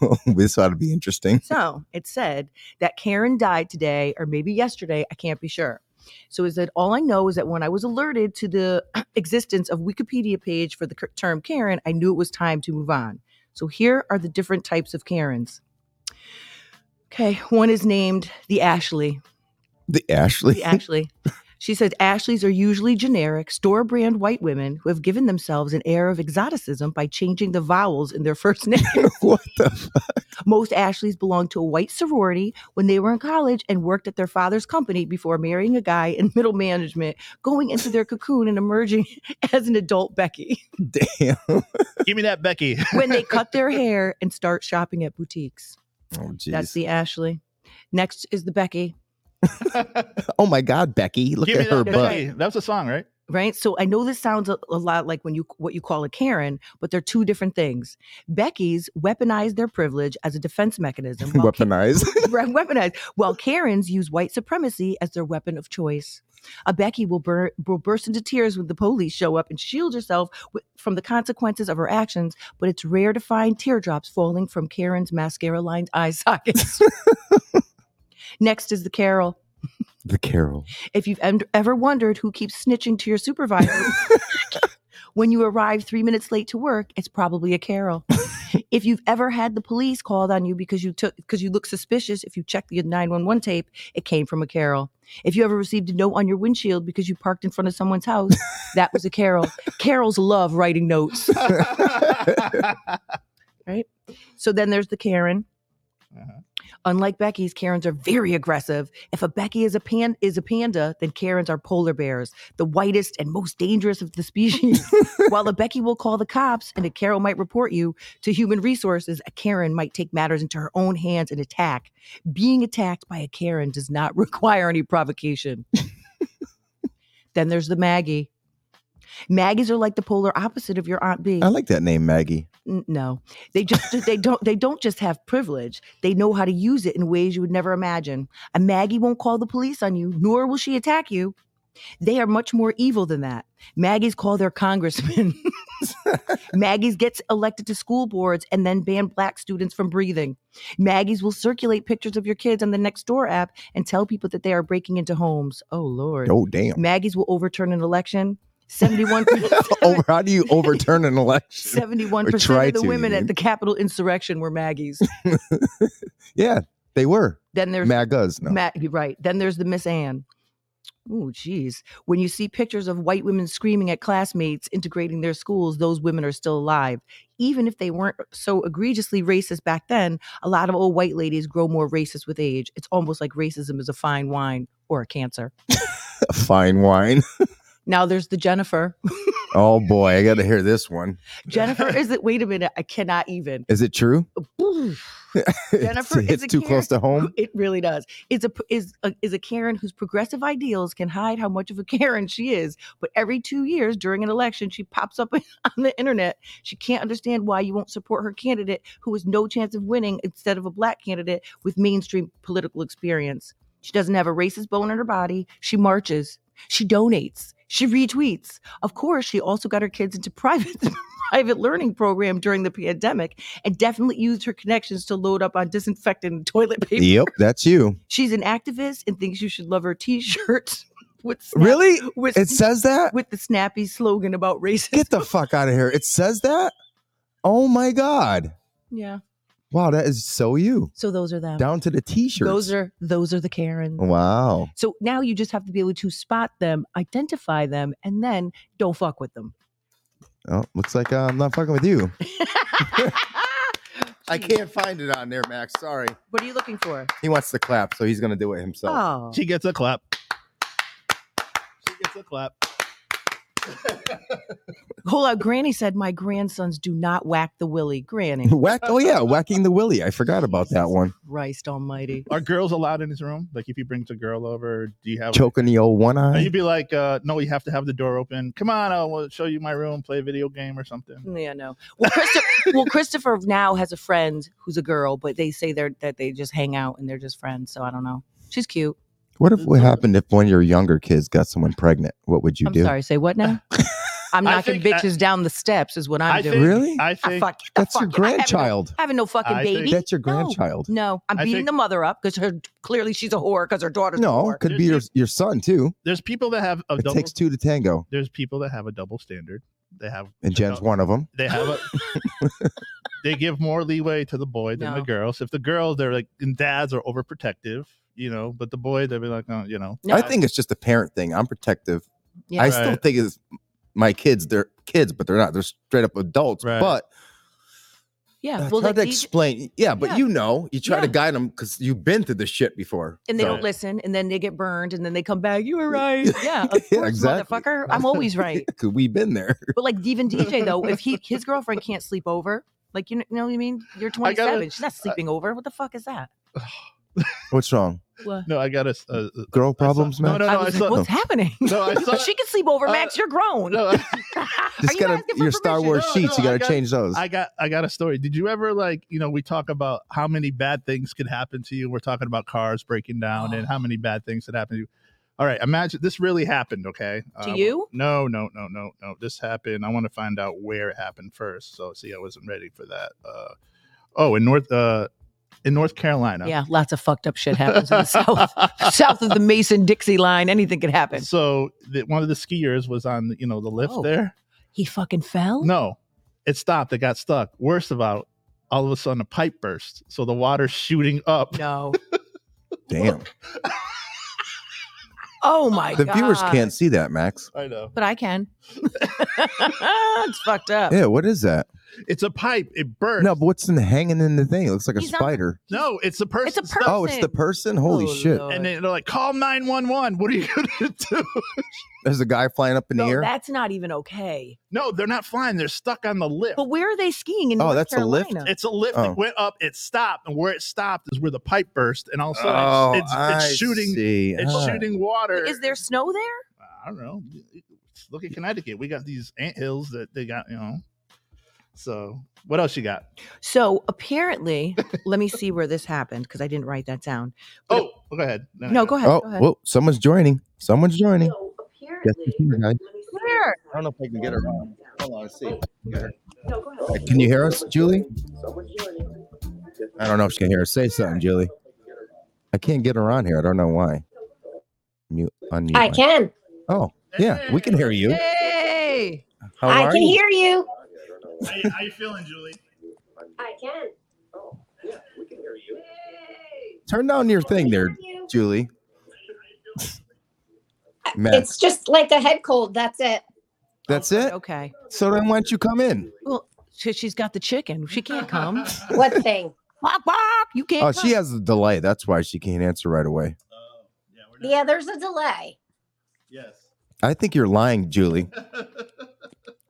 Speaker 3: Oh, this ought to be interesting.
Speaker 6: so it said that Karen died today or maybe yesterday. I can't be sure. So is that all I know is that when I was alerted to the existence of Wikipedia page for the cur- term Karen, I knew it was time to move on. So here are the different types of Karens. Okay, one is named the Ashley.
Speaker 3: The Ashley.
Speaker 6: The Ashley. She says Ashleys are usually generic, store brand white women who have given themselves an air of exoticism by changing the vowels in their first name.
Speaker 3: what the?
Speaker 6: Most Ashleys belonged to a white sorority when they were in college and worked at their father's company before marrying a guy in middle management, going into their cocoon and emerging as an adult Becky
Speaker 3: Damn.
Speaker 9: give me that becky
Speaker 6: when they cut their hair and start shopping at boutiques.
Speaker 3: Oh, jeez.
Speaker 6: That's the Ashley. Next is the Becky,
Speaker 3: Oh my God, Becky! Look
Speaker 9: Give me
Speaker 3: at her
Speaker 9: that
Speaker 3: butt.
Speaker 9: Becky. That was a song, right?
Speaker 6: right? So I know this sounds a, a lot like when you what you call a Karen, but they're two different things. Becky's weaponize their privilege as a defense mechanism. while Ka-
Speaker 3: Weaponized.
Speaker 6: Right, weaponized. While Karens use white supremacy as their weapon of choice. A Becky will, bur- will burst into tears when the police show up and shield herself wi- from the consequences of her actions, but it's rare to find teardrops falling from Karen's mascara lined eye sockets. Next is the Carol.
Speaker 3: the Carol.
Speaker 6: If you've em- ever wondered who keeps snitching to your supervisor when you arrive three minutes late to work, it's probably a Carol. if you've ever had the police called on you because you took because you look suspicious, if you check the 911 tape, it came from a Carol. If you ever received a note on your windshield because you parked in front of someone's house, that was a Carol. Carols love writing notes. So then there's the Karen.
Speaker 9: Uh-huh.
Speaker 6: Unlike Becky's, Karens are very aggressive. If a Becky is a pan is a panda, then Karens are polar bears, the whitest and most dangerous of the species. While a Becky will call the cops and a Carol might report you to human resources, a Karen might take matters into her own hands and attack. Being attacked by a Karen does not require any provocation. then there's the Maggie. Maggies are like the polar opposite of your Aunt B.
Speaker 3: I like that name, Maggie.
Speaker 6: N- no they just they don't they don't just have privilege they know how to use it in ways you would never imagine a maggie won't call the police on you nor will she attack you they are much more evil than that maggies call their congressman maggies gets elected to school boards and then ban black students from breathing maggies will circulate pictures of your kids on the next door app and tell people that they are breaking into homes oh lord
Speaker 3: Oh damn!
Speaker 6: maggies will overturn an election 71%
Speaker 3: Over, how do you overturn an election?
Speaker 6: Seventy-one
Speaker 3: Or try
Speaker 6: percent of the
Speaker 3: to, you
Speaker 6: women
Speaker 3: mean.
Speaker 6: at the Capitol insurrection were Maggies.
Speaker 3: Yeah, they were
Speaker 6: then there's
Speaker 3: Magas. No,
Speaker 6: Ma- you're right. Then there's the Miss Anne. Ooh, geez. When you see pictures of white women screaming at classmates integrating their schools, those women are still alive. Even if they weren't so egregiously racist back then, a lot of old white ladies grow more racist with age. It's almost like racism is a fine wine or a cancer.
Speaker 3: fine wine.
Speaker 6: Now there's the Jennifer.
Speaker 3: Oh boy, I got to hear this one.
Speaker 6: Jennifer is it? Wait a minute. I cannot even.
Speaker 3: Is it true?
Speaker 6: Jennifer
Speaker 3: it's,
Speaker 6: is a
Speaker 3: too close to home.
Speaker 6: It really does. Is a is a, is a Karen whose progressive ideals can hide how much of a Karen she is, but every two years during an election, she pops up on the internet. She can't understand why you won't support her candidate, who has no chance of winning, instead of a black candidate with mainstream political experience. She doesn't have a racist bone in her body. She marches. She donates. She retweets. Of course, she also got her kids into private private learning program during the pandemic and definitely used her connections to load up on disinfectant and toilet paper.
Speaker 3: Yep, that's you.
Speaker 6: She's an activist and thinks you should love her t-shirt with snap-
Speaker 3: Really?
Speaker 6: with
Speaker 3: It says that?
Speaker 6: with the snappy slogan about racism.
Speaker 3: Get the fuck out of here. It says that? Oh my God.
Speaker 6: yeah.
Speaker 3: Wow, that is so you.
Speaker 6: So those are them.
Speaker 3: Down to the t shirts. Oh.
Speaker 6: Those are those are the Karens.
Speaker 3: Wow.
Speaker 6: So now you just have to be able to spot them, identify them, and then don't fuck with them.
Speaker 3: Oh, looks like uh, I'm not fucking with you. I
Speaker 6: Jeez.
Speaker 3: can't find it on there, Max. Sorry.
Speaker 6: What are you looking for?
Speaker 3: He wants to clap, so he's going to do it himself.
Speaker 6: Oh,
Speaker 9: She gets a clap. She gets a clap.
Speaker 6: hold on. Granny said my grandsons do not whack the willy. Granny,
Speaker 3: Whack. Oh, yeah. Whacking the Willie. I forgot about that one.
Speaker 6: Christ Almighty.
Speaker 9: Are girls allowed in his room? Like, if he brings a girl over, do you have?
Speaker 3: Choking the old one
Speaker 9: And
Speaker 3: eye.
Speaker 9: you'd be like, uh, no, you have to have the door open. Come on, I'll show you my room, play a video game or something.
Speaker 6: Yeah, no. Well, Christopher, well, Christopher now has a friend who's a girl, but they say they're that they just hang out and they're just friends. So I don't know. She's cute.
Speaker 3: What if what happened if one of your younger kids got someone pregnant? What would you
Speaker 6: I'm
Speaker 3: do?
Speaker 6: sorry. Say what now? I'm
Speaker 9: I
Speaker 6: knocking
Speaker 9: think I-
Speaker 6: bitches down the steps is what I'm
Speaker 9: I
Speaker 6: doing.
Speaker 9: think-
Speaker 3: Really?
Speaker 9: I
Speaker 6: I
Speaker 9: think
Speaker 6: fuck, I
Speaker 3: That's your
Speaker 6: fuck- I haven't no-
Speaker 3: grandchild.
Speaker 6: having no fucking
Speaker 9: I think-
Speaker 6: baby.
Speaker 3: That's your
Speaker 6: No.
Speaker 3: grandchild.
Speaker 6: No, I'm
Speaker 9: I
Speaker 6: beating
Speaker 9: think-
Speaker 6: the mother up because her clearly she's a whore because her daughter's a
Speaker 3: No,
Speaker 6: whore.
Speaker 3: could be your, your son, too.
Speaker 9: there's people that have a
Speaker 3: It
Speaker 9: double.
Speaker 3: takes two to tango,
Speaker 9: there's people that have a double standard. They have
Speaker 3: and Jen's
Speaker 9: no.
Speaker 3: one of them.
Speaker 9: they have a they give more leeway to the boy than the
Speaker 6: No.
Speaker 9: girls. If the girls, they're like and dads are overprotective, you know, but the boy, they'd be like, oh, you know,
Speaker 6: No.
Speaker 3: I think it's just a parent thing. I'm protective.
Speaker 6: Yeah.
Speaker 3: I still
Speaker 9: Right.
Speaker 3: think it's my kids. They're kids, but they're not. They're straight up adults.
Speaker 9: Right.
Speaker 3: But
Speaker 6: yeah.
Speaker 3: it's
Speaker 6: well,
Speaker 3: hard to
Speaker 6: like, these-
Speaker 3: explain. Yeah, but
Speaker 6: Yeah.
Speaker 3: you know, you try to
Speaker 6: Yeah.
Speaker 3: guide them because you've been through this shit before.
Speaker 6: and they
Speaker 3: So-
Speaker 6: don't listen, and then they get burned, and then they come back. You were right. Yeah, of
Speaker 3: Yeah,
Speaker 6: course,
Speaker 3: exactly.
Speaker 6: motherfucker. I'm always right.
Speaker 3: 'Cause we've been there.
Speaker 6: But like even DJ though, if he his girlfriend can't sleep over, like you know, you know what I mean? You're
Speaker 9: I gotta-
Speaker 6: 27. She's not sleeping over. What the fuck is that?
Speaker 3: What's wrong?
Speaker 6: What?
Speaker 9: No, I got a, a, a-
Speaker 3: Girl
Speaker 9: I saw-
Speaker 3: problems, man.
Speaker 9: No, no,
Speaker 6: I
Speaker 9: no. I,
Speaker 6: was
Speaker 9: saw,
Speaker 6: like, what's happening?
Speaker 9: no, I saw.
Speaker 6: she can sleep over,
Speaker 9: uh,
Speaker 6: Max. You're grown.
Speaker 9: no, I-
Speaker 3: Just
Speaker 6: you
Speaker 3: gotta
Speaker 6: asking for
Speaker 3: your Star
Speaker 6: permission?
Speaker 3: Wars
Speaker 9: No,
Speaker 3: sheets.
Speaker 9: no,
Speaker 3: you
Speaker 9: I
Speaker 3: gotta
Speaker 9: got-
Speaker 3: change those.
Speaker 9: I got I got a story. Did you ever like you know we talk about how many bad things could happen to you? We're talking about cars breaking down
Speaker 6: Oh.
Speaker 9: and how many bad things that happen to you. All right, imagine this really happened. Okay, Uh,
Speaker 6: To you?
Speaker 9: No, no, no, no, no. This happened. I want to find out where it happened first. So see, I wasn't ready for that. Uh, oh, in North uh, in North Carolina.
Speaker 6: Yeah, lots of fucked up shit happens in the south. south of the Mason Dixie line, anything could happen.
Speaker 9: So the, one of the skiers was on you know the lift
Speaker 6: Oh.
Speaker 9: there.
Speaker 6: He fucking fell.
Speaker 9: No, it stopped. It got stuck. Worst of all, all of a sudden a pipe burst. So the water's shooting up.
Speaker 6: No.
Speaker 3: Damn.
Speaker 6: Oh my
Speaker 3: The
Speaker 6: god.
Speaker 3: viewers can't see that, Max.
Speaker 9: I know.
Speaker 6: but I can. it's fucked up.
Speaker 3: Yeah, what is that?
Speaker 9: It's a pipe. It burst.
Speaker 3: No, but what's in hanging in the thing? It looks like a
Speaker 6: He's on-
Speaker 3: spider.
Speaker 9: no, it's a person.
Speaker 6: It's a
Speaker 9: stuck.
Speaker 6: per-
Speaker 3: Oh, it's the person? Holy
Speaker 6: Oh,
Speaker 3: shit.
Speaker 6: Lord.
Speaker 9: And then they're like, call 911. What are you going to do?
Speaker 3: There's a guy flying up in the
Speaker 6: No,
Speaker 3: air.
Speaker 6: that's not even okay.
Speaker 9: No, they're not flying. They're stuck on the lift.
Speaker 6: But where are they skiing in
Speaker 3: Oh,
Speaker 6: North
Speaker 3: that's a lift.
Speaker 6: Carolina?
Speaker 9: It's a lift.
Speaker 3: Oh.
Speaker 9: It went up. It stopped. And where it stopped is where the pipe burst. And all of a sudden,
Speaker 3: Oh,
Speaker 9: it's, it's,
Speaker 3: I
Speaker 9: it's shooting.
Speaker 3: see.
Speaker 9: It's
Speaker 3: Ah.
Speaker 9: shooting water.
Speaker 6: Is there snow there?
Speaker 9: I don't know. Look at Connecticut. We got these ant hills that they got, you know. So what else you got?
Speaker 6: So apparently, let me see where this happened because I didn't write that down.
Speaker 9: Oh, go ahead. I
Speaker 6: No,
Speaker 9: got-
Speaker 6: go ahead.
Speaker 3: Oh,
Speaker 6: go ahead.
Speaker 3: whoa, someone's joining. Someone's joining.
Speaker 6: So
Speaker 3: Guess who's here, guys?
Speaker 6: Where?
Speaker 3: I don't know if I can get her. Hold on, let's see.
Speaker 6: No, go ahead.
Speaker 3: Can you hear us, Julie? I don't know if she can hear us. Say something, Julie. I can't get her on here. I don't know why. Mute, unmute.
Speaker 1: I
Speaker 3: mic.
Speaker 1: can.
Speaker 3: Oh, yeah, we can hear you.
Speaker 6: Hey,
Speaker 3: How
Speaker 1: I
Speaker 3: are
Speaker 1: can
Speaker 3: you?
Speaker 1: hear you.
Speaker 9: How you, how you feeling, Julie?
Speaker 1: I can.
Speaker 3: Turn down your thing there, Julie. Matt,
Speaker 1: It's just like a head cold. That's it.
Speaker 3: that's it.
Speaker 6: okay.
Speaker 3: So then, why don't you come in?
Speaker 6: Well, she, she's got the chicken. She can't come.
Speaker 9: Uh,
Speaker 1: What thing?
Speaker 6: Walk, walk. You can't.
Speaker 3: Oh,
Speaker 6: come.
Speaker 3: she has a delay. That's why she can't answer right away.
Speaker 9: Yeah, we're
Speaker 1: Yeah, there's a delay.
Speaker 9: Yes.
Speaker 3: I think you're lying, Julie.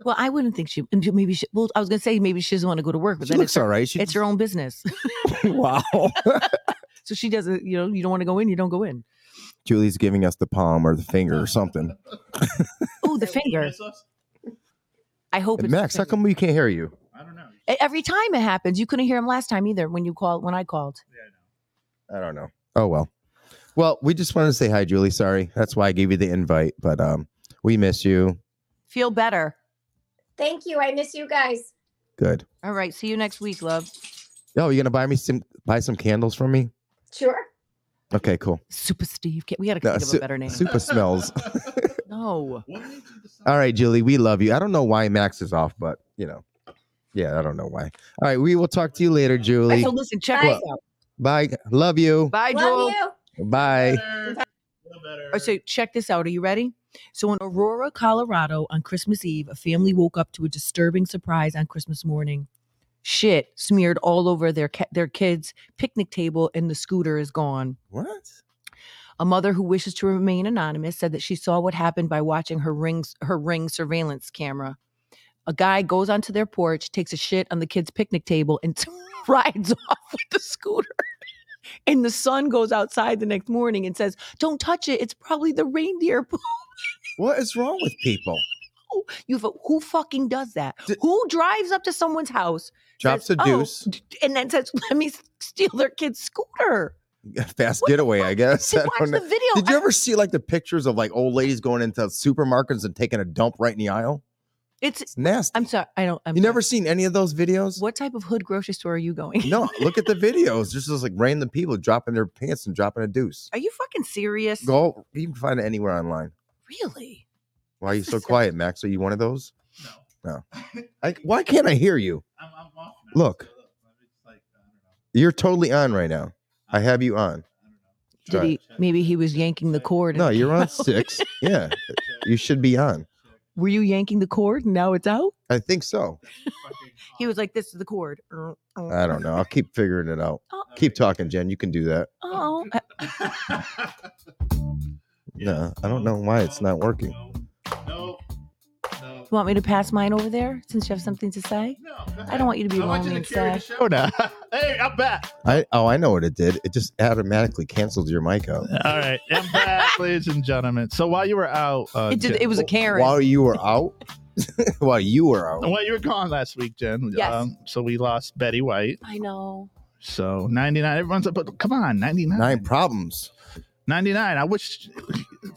Speaker 6: Well, I wouldn't think she. Maybe she. Well, I was gonna say maybe she doesn't want to go to work, but
Speaker 3: She
Speaker 6: then
Speaker 3: looks
Speaker 6: it's, her,
Speaker 3: all right. She
Speaker 6: it's her own business.
Speaker 3: wow.
Speaker 6: so she doesn't. You know, you don't want to go in. You don't go in.
Speaker 3: Julie's giving us the palm or the finger or something.
Speaker 6: Oh, the finger. I hope.
Speaker 3: And
Speaker 6: it's the
Speaker 3: Max, how
Speaker 6: finger.
Speaker 3: come we can't hear you?
Speaker 9: I don't know.
Speaker 6: E- Every time it happens, you couldn't hear him last time either when you called. When I called.
Speaker 3: I don't know. Oh well. Well, we just wanted to say hi, Julie. Sorry, that's why I gave you the invite, but um, we miss you.
Speaker 6: Feel better.
Speaker 1: Thank you. I miss you guys.
Speaker 3: Good.
Speaker 6: All right. See you next week, love.
Speaker 3: Oh, you gonna buy me some buy some candles from me?
Speaker 1: Sure.
Speaker 3: Okay, cool.
Speaker 6: Super Steve. Can- We got to
Speaker 3: No,
Speaker 6: think of
Speaker 3: su-
Speaker 6: a better name.
Speaker 3: Super smells.
Speaker 6: no.
Speaker 3: All right, Julie, we love you. I don't know why Max is off, but you know, yeah, I don't know why. All right, we will talk to you later, Julie.
Speaker 6: So listen, check
Speaker 1: Bye.
Speaker 6: this out.
Speaker 3: Bye. Love you.
Speaker 6: Bye, Joel.
Speaker 1: Love you.
Speaker 3: Bye.
Speaker 6: Or Oh, So check this out. Are you ready? So in Aurora, Colorado, on Christmas Eve, a family woke up to a disturbing surprise on Christmas morning. Shit smeared all over their ca- their kids' picnic table, and the scooter is gone.
Speaker 3: What?
Speaker 6: A mother who wishes to remain anonymous said that she saw what happened by watching her rings her ring surveillance camera. A guy goes onto their porch, takes a shit on the kids' picnic table, and rides off with the scooter. And the son goes outside the next morning and says, "Don't touch it. It's probably the reindeer poop."
Speaker 3: What is wrong with people?
Speaker 6: You have a- who fucking does that?
Speaker 3: Did-
Speaker 6: who drives up to someone's house
Speaker 3: Drops a
Speaker 6: Says, "Oh,
Speaker 3: deuce.
Speaker 6: and then says, "Let me s- steal their kid's scooter"?
Speaker 3: Fast
Speaker 6: What the
Speaker 3: getaway, I guess.
Speaker 6: She
Speaker 3: I don't
Speaker 6: watched
Speaker 3: know.
Speaker 6: the video.
Speaker 3: Did you
Speaker 6: I-
Speaker 3: ever see like the pictures of like old ladies going into supermarkets and taking a dump right in the aisle?
Speaker 6: it's.
Speaker 3: It's nasty.
Speaker 6: I'm sorry. I don't. I'm
Speaker 3: you
Speaker 6: sorry.
Speaker 3: never seen any of those videos?
Speaker 6: What type of hood grocery store are you going?
Speaker 3: No, look at the videos. Just those like random people dropping their pants and dropping a deuce.
Speaker 6: Are you fucking serious?
Speaker 3: Go, you can find it anywhere online.
Speaker 6: Really?
Speaker 3: Why are you so
Speaker 6: That's
Speaker 3: quiet, Max? Are you one of those? No. No. I, why can't I hear you?
Speaker 9: I'm, I'm off now.
Speaker 3: Look.
Speaker 9: So, I'm just like, I don't know.
Speaker 3: You're totally on right now. I have you on.
Speaker 6: Did
Speaker 3: Right.
Speaker 6: he? Maybe he was yanking the cord. and
Speaker 3: No,
Speaker 6: it
Speaker 3: you're
Speaker 6: came
Speaker 3: on
Speaker 6: out.
Speaker 3: six. Yeah, you should be on.
Speaker 6: Were you yanking the cord? and Now it's out.
Speaker 3: I think so.
Speaker 6: He was like, "This is the cord." Er, er.
Speaker 3: I don't know. I'll keep figuring it out.
Speaker 6: Oh.
Speaker 3: Keep talking, Jen. You can do that.
Speaker 6: Oh, I-
Speaker 3: No, I don't know why it's not working.
Speaker 9: No, no,
Speaker 6: You want me to pass mine over there since you have something to say?
Speaker 9: No, go
Speaker 6: I don't want you to be
Speaker 9: ahead. I want you
Speaker 6: lonely
Speaker 9: to
Speaker 6: and
Speaker 9: carry the
Speaker 6: sad.
Speaker 3: Oh,
Speaker 9: show now. hey, I'm back.
Speaker 3: I oh I know what it did. It just automatically canceled your mic out.
Speaker 9: All right, I'm back, ladies and gentlemen. So while you were out, uh,
Speaker 6: It did,
Speaker 9: Jen-
Speaker 6: it was a Karen.
Speaker 3: While you were out, while you were out,
Speaker 9: while you were gone last week, Jen. um,
Speaker 6: Yes.
Speaker 9: so we lost Betty White.
Speaker 6: I know.
Speaker 9: So 99. Everyone's up, but come on, 99.
Speaker 3: nine problems.
Speaker 9: 99. I wish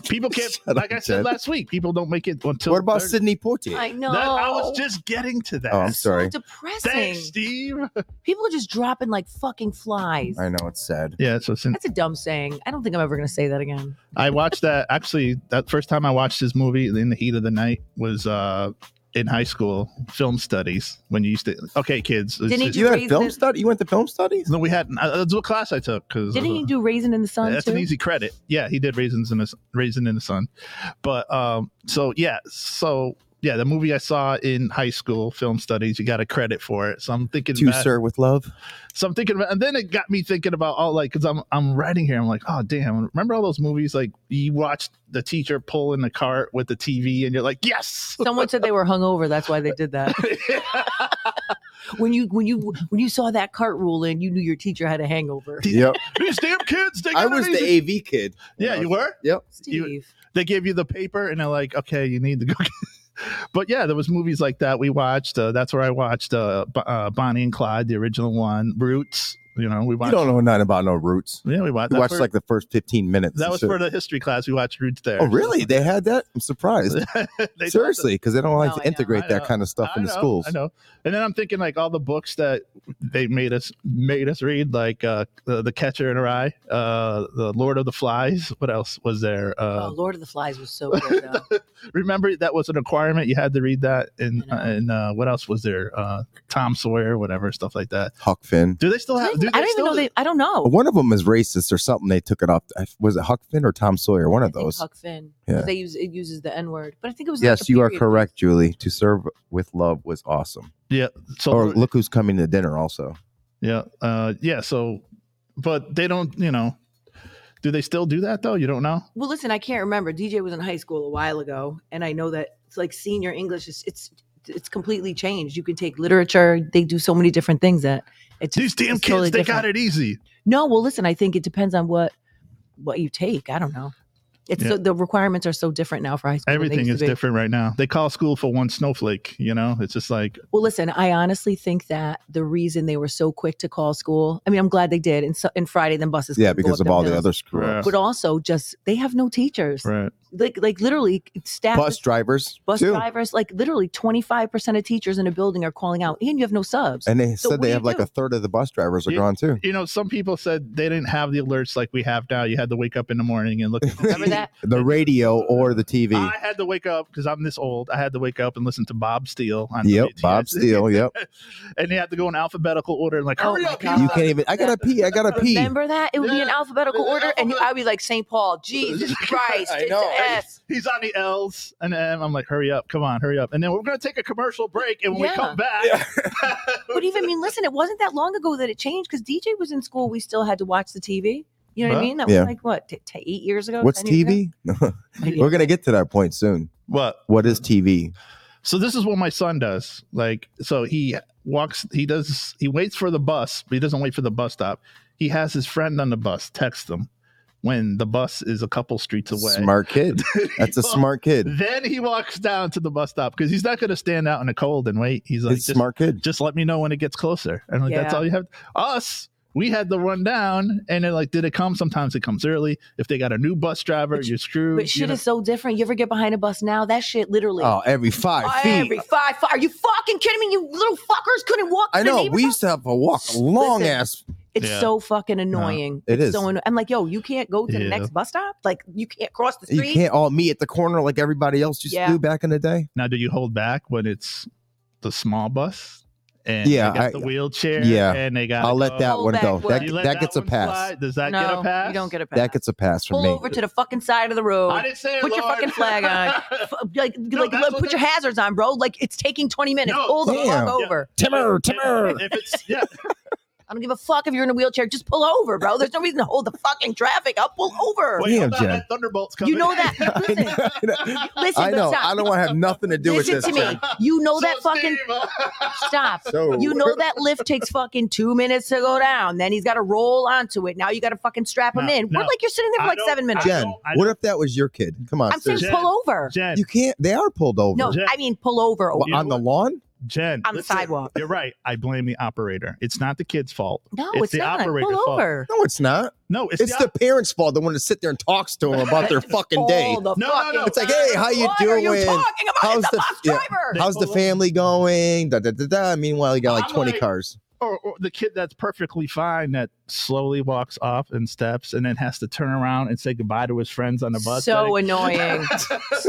Speaker 9: people can't.
Speaker 3: Shut
Speaker 9: like
Speaker 3: up,
Speaker 9: I said
Speaker 3: Jen.
Speaker 9: last week, people don't make it until.
Speaker 3: What about
Speaker 9: 30.
Speaker 3: Sydney Poitier?
Speaker 6: I know.
Speaker 9: That- I was just getting to that.
Speaker 3: oh, I'm sorry.
Speaker 6: depressing.
Speaker 9: Thanks, Steve.
Speaker 6: People are just dropping like fucking flies.
Speaker 3: I know it's sad.
Speaker 9: Yeah, so since
Speaker 6: That's a dumb saying. I don't think I'm ever going to say that again.
Speaker 9: I watched that, actually, that first time I watched this movie in the heat of the night was uh in high school film studies when you used to. Okay, kids. it's
Speaker 6: Didn't he
Speaker 9: just-
Speaker 3: You had
Speaker 6: raise
Speaker 3: film
Speaker 6: the-
Speaker 3: study. You went to film studies.
Speaker 9: no, we had. Uh, that's what class I took. Cause
Speaker 6: Didn't he do Raisin in the Sun
Speaker 9: That's
Speaker 6: too?
Speaker 9: an easy credit. Yeah, he did raisins in the raisin in the sun, but um, so yeah, so yeah, the movie I saw in high school film studies, you got a credit for it. So I'm thinking,
Speaker 3: To
Speaker 9: back-
Speaker 3: sir with love.
Speaker 9: so I'm thinking about, and then it got me thinking about all like, cause I'm I'm writing here, I'm like, oh damn, remember all those movies like you watched the teacher pull in the cart with the TV, and you're like, yes.
Speaker 6: Someone said they were hungover. That's why they did that. When you when you when you saw that cart ruling, you knew your teacher had a hangover.
Speaker 3: Yep.
Speaker 9: These damn kids, they
Speaker 3: I
Speaker 9: got
Speaker 3: was the
Speaker 9: amazing-
Speaker 3: AV kid. Uh,
Speaker 9: yeah, you were. You-
Speaker 6: Steve,
Speaker 9: they give you the paper and they're like, okay, you need to go. but yeah, there was movies like that we watched. Uh, that's where I watched uh, B- uh, Bonnie and Clyde, the original one, Roots. You know, we
Speaker 3: You
Speaker 9: watched.
Speaker 3: don't know nothing about no roots.
Speaker 9: yeah, we watched.
Speaker 3: You watched
Speaker 9: that's where-
Speaker 3: like the first 15 minutes.
Speaker 9: that
Speaker 3: and
Speaker 9: was
Speaker 3: shit.
Speaker 9: for the history class. We watched Roots there.
Speaker 3: Oh, really? They had that? I'm surprised.
Speaker 9: They-
Speaker 3: Seriously, because they don't like
Speaker 6: No, I
Speaker 3: to
Speaker 6: know,
Speaker 3: integrate
Speaker 9: I know.
Speaker 3: that kind of stuff
Speaker 9: I
Speaker 3: in the
Speaker 9: know,
Speaker 3: schools.
Speaker 9: I know. And then I'm thinking like all the books that they made us made us read, like uh, the, the Catcher in the Rye, uh, the Lord of the Flies. What else was there?
Speaker 6: oh,
Speaker 9: Uh,
Speaker 6: Lord of the Flies was so good. Though.
Speaker 9: remember that was a requirement you had to read that and
Speaker 6: I know.
Speaker 9: and uh, what else was there uh, tom sawyer whatever stuff like that
Speaker 3: Huck Finn.
Speaker 9: do they still
Speaker 6: I
Speaker 9: have
Speaker 6: don't
Speaker 9: do
Speaker 6: even- I don't even
Speaker 9: still
Speaker 6: know. They, I don't know.
Speaker 3: One of them is racist or something. They took it off. I- Was it Huck Finn or Tom Sawyer? One
Speaker 6: I
Speaker 3: of
Speaker 6: think
Speaker 3: those.
Speaker 6: Huck Finn.
Speaker 3: Yeah.
Speaker 6: They use it uses the N word, but I think it was. like,
Speaker 3: Yes,
Speaker 6: a
Speaker 3: you are
Speaker 6: period.
Speaker 3: correct, Julie. To serve with love was awesome.
Speaker 9: yeah so
Speaker 3: Or look who's coming to dinner. Also,
Speaker 9: yeah uh, yeah so but they don't you know do they still do that though you don't know
Speaker 6: Well, listen, I can't remember. DJ was in high school a while ago, and I know that it's like senior English is it's it's completely changed. You can take literature; they do so many different things that it just,
Speaker 9: these damn
Speaker 6: it's
Speaker 9: kids
Speaker 6: totally
Speaker 9: they
Speaker 6: different.
Speaker 9: got it easy
Speaker 6: No, well, listen, I think it depends on what what you take. I don't know. It's
Speaker 9: Yeah.
Speaker 6: so, the requirements are so different now for high school. than they
Speaker 9: everything
Speaker 6: used
Speaker 9: is
Speaker 6: to be.
Speaker 9: different right now they call school for one snowflake you know it's just like
Speaker 6: Well, listen, I honestly think that the reason they were so quick to call school. I mean, I'm glad they did. And so, and Friday, then buses.
Speaker 3: yeah,
Speaker 6: couldn't go
Speaker 3: because
Speaker 6: up
Speaker 3: of all
Speaker 6: them
Speaker 3: the
Speaker 6: hills.
Speaker 3: other screw ups.
Speaker 9: Yeah.
Speaker 6: But also, just they have no teachers.
Speaker 9: right
Speaker 6: Like, like literally, staff
Speaker 3: Bus
Speaker 6: is-
Speaker 3: drivers,
Speaker 6: bus
Speaker 3: too.
Speaker 6: drivers like literally 25% of teachers in a building are calling out and you have no subs
Speaker 3: and they
Speaker 6: So
Speaker 3: said
Speaker 6: what
Speaker 3: they
Speaker 6: do
Speaker 3: have
Speaker 6: you
Speaker 3: like
Speaker 6: do?
Speaker 3: a third of the bus drivers are
Speaker 9: You-
Speaker 3: gone too.
Speaker 9: you know some people said they didn't have the alerts like we have now you had to wake up in the morning and look at the
Speaker 6: remember that
Speaker 3: The radio or the TV.
Speaker 9: I had to wake up because I'm this old. I had to wake up and listen to Bob Steele. On
Speaker 3: yep,
Speaker 9: WTS.
Speaker 3: Bob Steele. Yep.
Speaker 9: and they had to go in alphabetical order and like,
Speaker 6: Oh
Speaker 9: hurry
Speaker 6: my
Speaker 9: up,
Speaker 6: God.
Speaker 3: You can't even. I gotta pee. I gotta pee.
Speaker 6: remember that it would be in
Speaker 9: Yeah.
Speaker 6: alphabetical
Speaker 9: Yeah,
Speaker 6: order and
Speaker 9: alphabet-
Speaker 6: i'd be like st paul jesus christ
Speaker 3: I
Speaker 6: it's
Speaker 3: know.
Speaker 6: a S.
Speaker 9: he's on the L's, and then I'm like, hurry up, come on, hurry up. And then we're gonna take a commercial break, and when we
Speaker 6: Yeah.
Speaker 9: come back,
Speaker 6: but even mean listen it wasn't that long ago that it changed because dj was in school we still had to watch the tv you know what i
Speaker 9: Well,
Speaker 6: mean that
Speaker 3: yeah.
Speaker 6: was like what t- t- eight years ago
Speaker 3: What's
Speaker 6: 10 years ago?
Speaker 3: TV? We're gonna get to that point soon.
Speaker 9: what?
Speaker 3: What is TV?
Speaker 9: So this is what my son does. Like, so he walks, he does, he waits for the bus, but he doesn't wait for the bus stop. He has his friend on the bus text him when the bus is a couple streets away.
Speaker 3: Smart kid. That's a
Speaker 9: Well,
Speaker 3: smart kid.
Speaker 9: Then he walks down to the bus stop because he's not going to stand out in the cold and wait. He's like,
Speaker 3: He's a
Speaker 9: just,
Speaker 3: smart kid.
Speaker 9: just let me know when it gets closer. And like, that's
Speaker 6: Yeah.
Speaker 9: all you have. Us, we had to run down. And then, like, did it come? Sometimes it comes early. If they got a new bus driver,
Speaker 6: But-
Speaker 9: you're screwed.
Speaker 6: but shit
Speaker 9: you know?
Speaker 6: is so different you ever get behind a bus now that shit literally
Speaker 3: Oh, every five feet.
Speaker 6: Every five, fi- Are you fucking kidding me? You little fuckers couldn't walk. to
Speaker 3: I
Speaker 6: the
Speaker 3: know.
Speaker 6: neighbor's
Speaker 3: We
Speaker 6: house?
Speaker 3: used to have a walk long
Speaker 6: Listen.
Speaker 3: ass.
Speaker 6: It's
Speaker 9: Yeah.
Speaker 6: so fucking annoying.
Speaker 3: Uh-huh. it
Speaker 6: it's
Speaker 3: is.
Speaker 6: So anno- I'm like, yo, you can't go to
Speaker 9: Yeah.
Speaker 6: the next bus stop. Like, you can't cross the
Speaker 3: You
Speaker 6: street.
Speaker 3: can't all meet at the corner like everybody else used
Speaker 6: Yeah.
Speaker 3: to do back in the day.
Speaker 9: now, do you hold back when it's the small bus? And
Speaker 3: Yeah,
Speaker 9: they got
Speaker 3: I-
Speaker 9: the wheelchair.
Speaker 3: yeah.
Speaker 9: and they got.
Speaker 3: I'll let that
Speaker 6: Hold
Speaker 3: one
Speaker 6: back
Speaker 3: go.
Speaker 6: one.
Speaker 3: That,
Speaker 6: You
Speaker 3: that, gets a pass.
Speaker 9: Does that
Speaker 6: no,
Speaker 9: get a pass?
Speaker 6: you don't get a pass.
Speaker 3: That gets a pass from
Speaker 6: Pull
Speaker 3: me.
Speaker 6: over to the fucking side of the road.
Speaker 9: I didn't say it,
Speaker 6: Put your
Speaker 9: Lord.
Speaker 6: fucking flag on. F- like, like,
Speaker 9: that's
Speaker 6: look,
Speaker 9: what
Speaker 6: put your
Speaker 9: they-
Speaker 6: hazards on, bro. Like, it's taking 20 minutes.
Speaker 9: No.
Speaker 6: Pull the
Speaker 3: Damn.
Speaker 6: fuck over.
Speaker 9: If- If, it's yeah,
Speaker 6: I don't give a fuck if you're in a wheelchair. Just pull over, bro. There's no reason to hold the fucking traffic up. Pull over.
Speaker 9: Wait,
Speaker 10: Damn,
Speaker 9: hold on,
Speaker 10: Jen.
Speaker 9: that Thunderbolt's coming.
Speaker 6: You know that. Listen, listen,
Speaker 10: I
Speaker 6: but
Speaker 10: know.
Speaker 6: stop.
Speaker 10: I don't want to have nothing to do
Speaker 6: listen
Speaker 10: with this.
Speaker 6: to me.
Speaker 10: Jen.
Speaker 6: You know Oh, that
Speaker 9: So,
Speaker 6: fucking
Speaker 9: Steve, uh,
Speaker 6: stop.
Speaker 10: So
Speaker 6: You know that lift takes fucking two minutes to go down. Then he's got to roll onto it. Now you got to fucking strap him
Speaker 9: No,
Speaker 6: in.
Speaker 9: no.
Speaker 6: We're like you're sitting there for
Speaker 9: I
Speaker 6: like
Speaker 9: don't-
Speaker 6: seven minutes.
Speaker 9: I
Speaker 10: Jen,
Speaker 9: don't- I
Speaker 10: what
Speaker 9: don't-
Speaker 10: if that was your kid? Come on,
Speaker 6: I'm saying
Speaker 10: seriously.
Speaker 9: Jen.
Speaker 6: pull over.
Speaker 9: Jen,
Speaker 10: You can't. They are pulled over
Speaker 6: No,
Speaker 9: Jen.
Speaker 6: I mean pull over
Speaker 10: Well,
Speaker 9: You
Speaker 10: on
Speaker 9: know
Speaker 10: the lawn.
Speaker 9: Jen,
Speaker 6: on the
Speaker 9: listen,
Speaker 6: sidewalk.
Speaker 9: You're right. I blame the operator. It's not the kid's fault.
Speaker 6: No,
Speaker 9: It's
Speaker 6: it's,
Speaker 9: the
Speaker 6: not.
Speaker 9: operator's
Speaker 6: Pull
Speaker 9: fault.
Speaker 6: over.
Speaker 10: No, it's not.
Speaker 9: No, it's,
Speaker 10: It's, the, parents' fault. The one that sit there and talks to them about their fucking day.
Speaker 6: All the
Speaker 9: No, no,
Speaker 6: fucking
Speaker 9: no.
Speaker 10: It's like, hey, how you
Speaker 6: What are
Speaker 10: doing?
Speaker 6: you talking about?
Speaker 10: How's
Speaker 6: it's
Speaker 10: the-
Speaker 6: the, bus
Speaker 10: yeah.
Speaker 6: driver.
Speaker 9: They
Speaker 10: How's the
Speaker 9: pull up.
Speaker 10: family going? Da, da, da, da. Meanwhile, you got like
Speaker 9: I'm
Speaker 10: 20
Speaker 9: like-
Speaker 10: cars.
Speaker 9: or, or the kid that's perfectly fine that slowly walks off and steps and then has to turn around and say goodbye to his friends on the bus.
Speaker 6: so
Speaker 9: Like-
Speaker 6: annoying.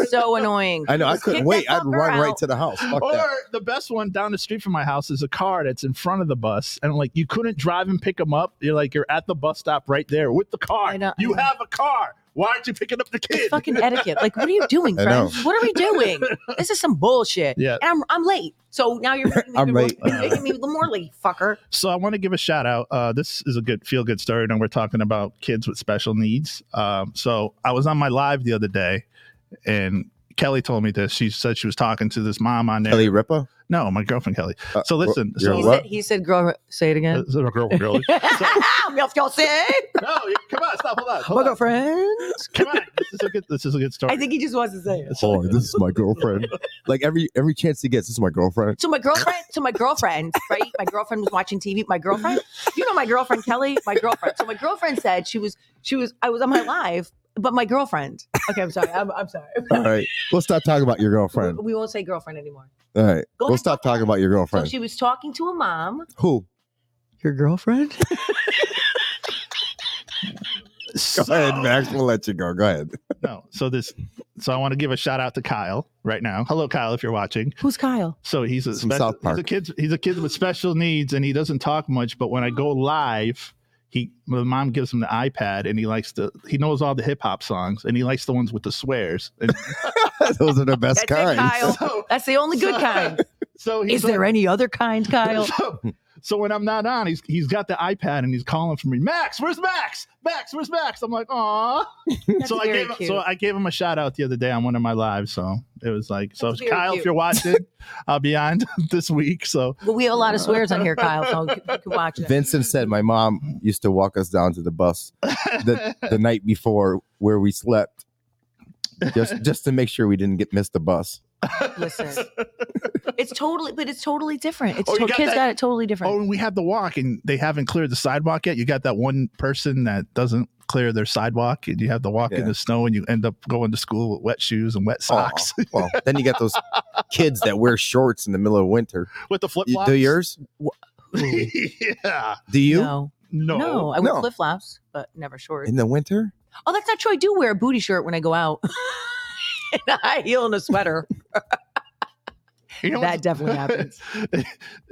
Speaker 6: so annoying.
Speaker 10: I know. I
Speaker 6: Just
Speaker 10: couldn't
Speaker 6: kick
Speaker 10: wait.
Speaker 6: that
Speaker 10: I'd
Speaker 6: fucker
Speaker 10: run right
Speaker 6: out.
Speaker 10: to the house. Fuck
Speaker 9: or
Speaker 10: that.
Speaker 9: the best one down the street from my house is a car that's in front of the bus, and like you couldn't drive and pick him up. You're like you're at the bus stop right there with the car.
Speaker 6: I know-
Speaker 9: You
Speaker 6: I know.
Speaker 9: have a car. Why aren't you picking up the
Speaker 6: It's
Speaker 9: kid?
Speaker 6: fucking etiquette. Like, what are you doing,
Speaker 10: I know.
Speaker 6: friends? What are we doing? This is some bullshit.
Speaker 9: Yeah.
Speaker 6: And I'm, I'm late. So now you're making me,
Speaker 10: I'm
Speaker 6: even
Speaker 10: late.
Speaker 6: More, you're making me even more late, fucker.
Speaker 9: So I want to give a shout out. Uh, this is a good feel good story. Now we're talking about kids with special needs. Um, so I was on my live the other day, and Kelly told me this. She said she was talking to this mom on there.
Speaker 10: Kelly Ripa.
Speaker 9: No, my girlfriend Kelly.
Speaker 10: Uh,
Speaker 9: So listen,
Speaker 10: you're
Speaker 9: so
Speaker 6: He
Speaker 10: what?
Speaker 6: said, he said, girl, say it
Speaker 9: Uh,
Speaker 6: again.
Speaker 9: so girl, girl.
Speaker 6: Milf, y'all say,
Speaker 9: no, you- come on, stop, hold on,
Speaker 6: my
Speaker 9: hold on.
Speaker 6: girlfriend.
Speaker 9: Come on, this is a good, this is a good story.
Speaker 6: I think he just wants to say it.
Speaker 10: Oh, this is my girlfriend. like every every chance he gets, this is my girlfriend.
Speaker 6: So my girlfriend, so my girlfriend, right? My girlfriend was watching TV. My girlfriend, you know, my girlfriend Kelly, my girlfriend. So my girlfriend said she was, she was, I was on my live, but my girlfriend. Okay, I'm sorry, I'm, I'm sorry.
Speaker 10: All right, we'll stop talking about your
Speaker 6: We,
Speaker 10: girlfriend.
Speaker 6: we won't say girlfriend anymore.
Speaker 10: All right,
Speaker 6: Go
Speaker 10: we'll
Speaker 6: ahead.
Speaker 10: stop talking about your
Speaker 6: So
Speaker 10: girlfriend.
Speaker 6: she was talking to a mom.
Speaker 10: Who?
Speaker 6: Your girlfriend?
Speaker 10: Go
Speaker 9: So-
Speaker 10: ahead, Max. We'll let you go. Go ahead.
Speaker 9: No, so this, so I want to give a shout out to Kyle right now. Hello, Kyle, if you're watching.
Speaker 6: Who's Kyle?
Speaker 9: So he's a
Speaker 10: From
Speaker 9: special,
Speaker 10: South Park.
Speaker 9: he's a kid, he's a kid with special needs, and he doesn't talk much. But when I go live, he, my mom gives him the iPad, and he likes the, he knows all the hip hop songs, and he likes the ones with the swears. And
Speaker 10: Those are the best
Speaker 6: That's
Speaker 10: kinds.
Speaker 6: it, Kyle.
Speaker 9: so,
Speaker 6: That's the only good
Speaker 9: So-
Speaker 6: kind.
Speaker 9: so he's
Speaker 6: Is there
Speaker 9: like-
Speaker 6: any other kind, Kyle?
Speaker 9: So, so when I'm not on, he's he's got the iPad and he's calling for me. Max, where's Max? Max, where's Max? I'm like, aw.
Speaker 6: That's
Speaker 9: so I
Speaker 6: very
Speaker 9: gave
Speaker 6: cute.
Speaker 9: so I gave him a shout out the other day on one of my lives. So it was like, so
Speaker 6: That's very
Speaker 9: Kyle, if
Speaker 6: cute.
Speaker 9: you're watching, I'll be on this week. So
Speaker 6: well, we have a lot of swears on here, Kyle, so you can watch it.
Speaker 10: Vincent said my mom used to walk us down to the bus the, the night before where we slept, just just to make sure we didn't get miss the bus.
Speaker 6: Listen, it's totally, but it's totally different. It's
Speaker 9: Oh, you
Speaker 6: to-
Speaker 9: got
Speaker 6: kids
Speaker 9: that-
Speaker 6: got it totally different.
Speaker 9: oh, and we had the walk, and they haven't cleared the sidewalk yet. You got that one person that doesn't clear their sidewalk, and you have to walk
Speaker 10: Yeah.
Speaker 9: in the snow, and you end up going to school with wet shoes and wet socks
Speaker 10: Aw, well, then you got those kids that wear shorts in the middle of winter.
Speaker 9: with the flip
Speaker 10: You,
Speaker 9: flops.
Speaker 10: do yours?
Speaker 9: yeah.
Speaker 10: Do you
Speaker 6: No,
Speaker 9: No.
Speaker 6: no, I wear
Speaker 10: No.
Speaker 6: flip flops, but never shorts.
Speaker 10: in the winter?
Speaker 6: Oh, that's not true. I do wear a booty shirt when I go out. and a high heel and a sweater.
Speaker 9: You know
Speaker 6: That
Speaker 9: what's-
Speaker 6: definitely happens.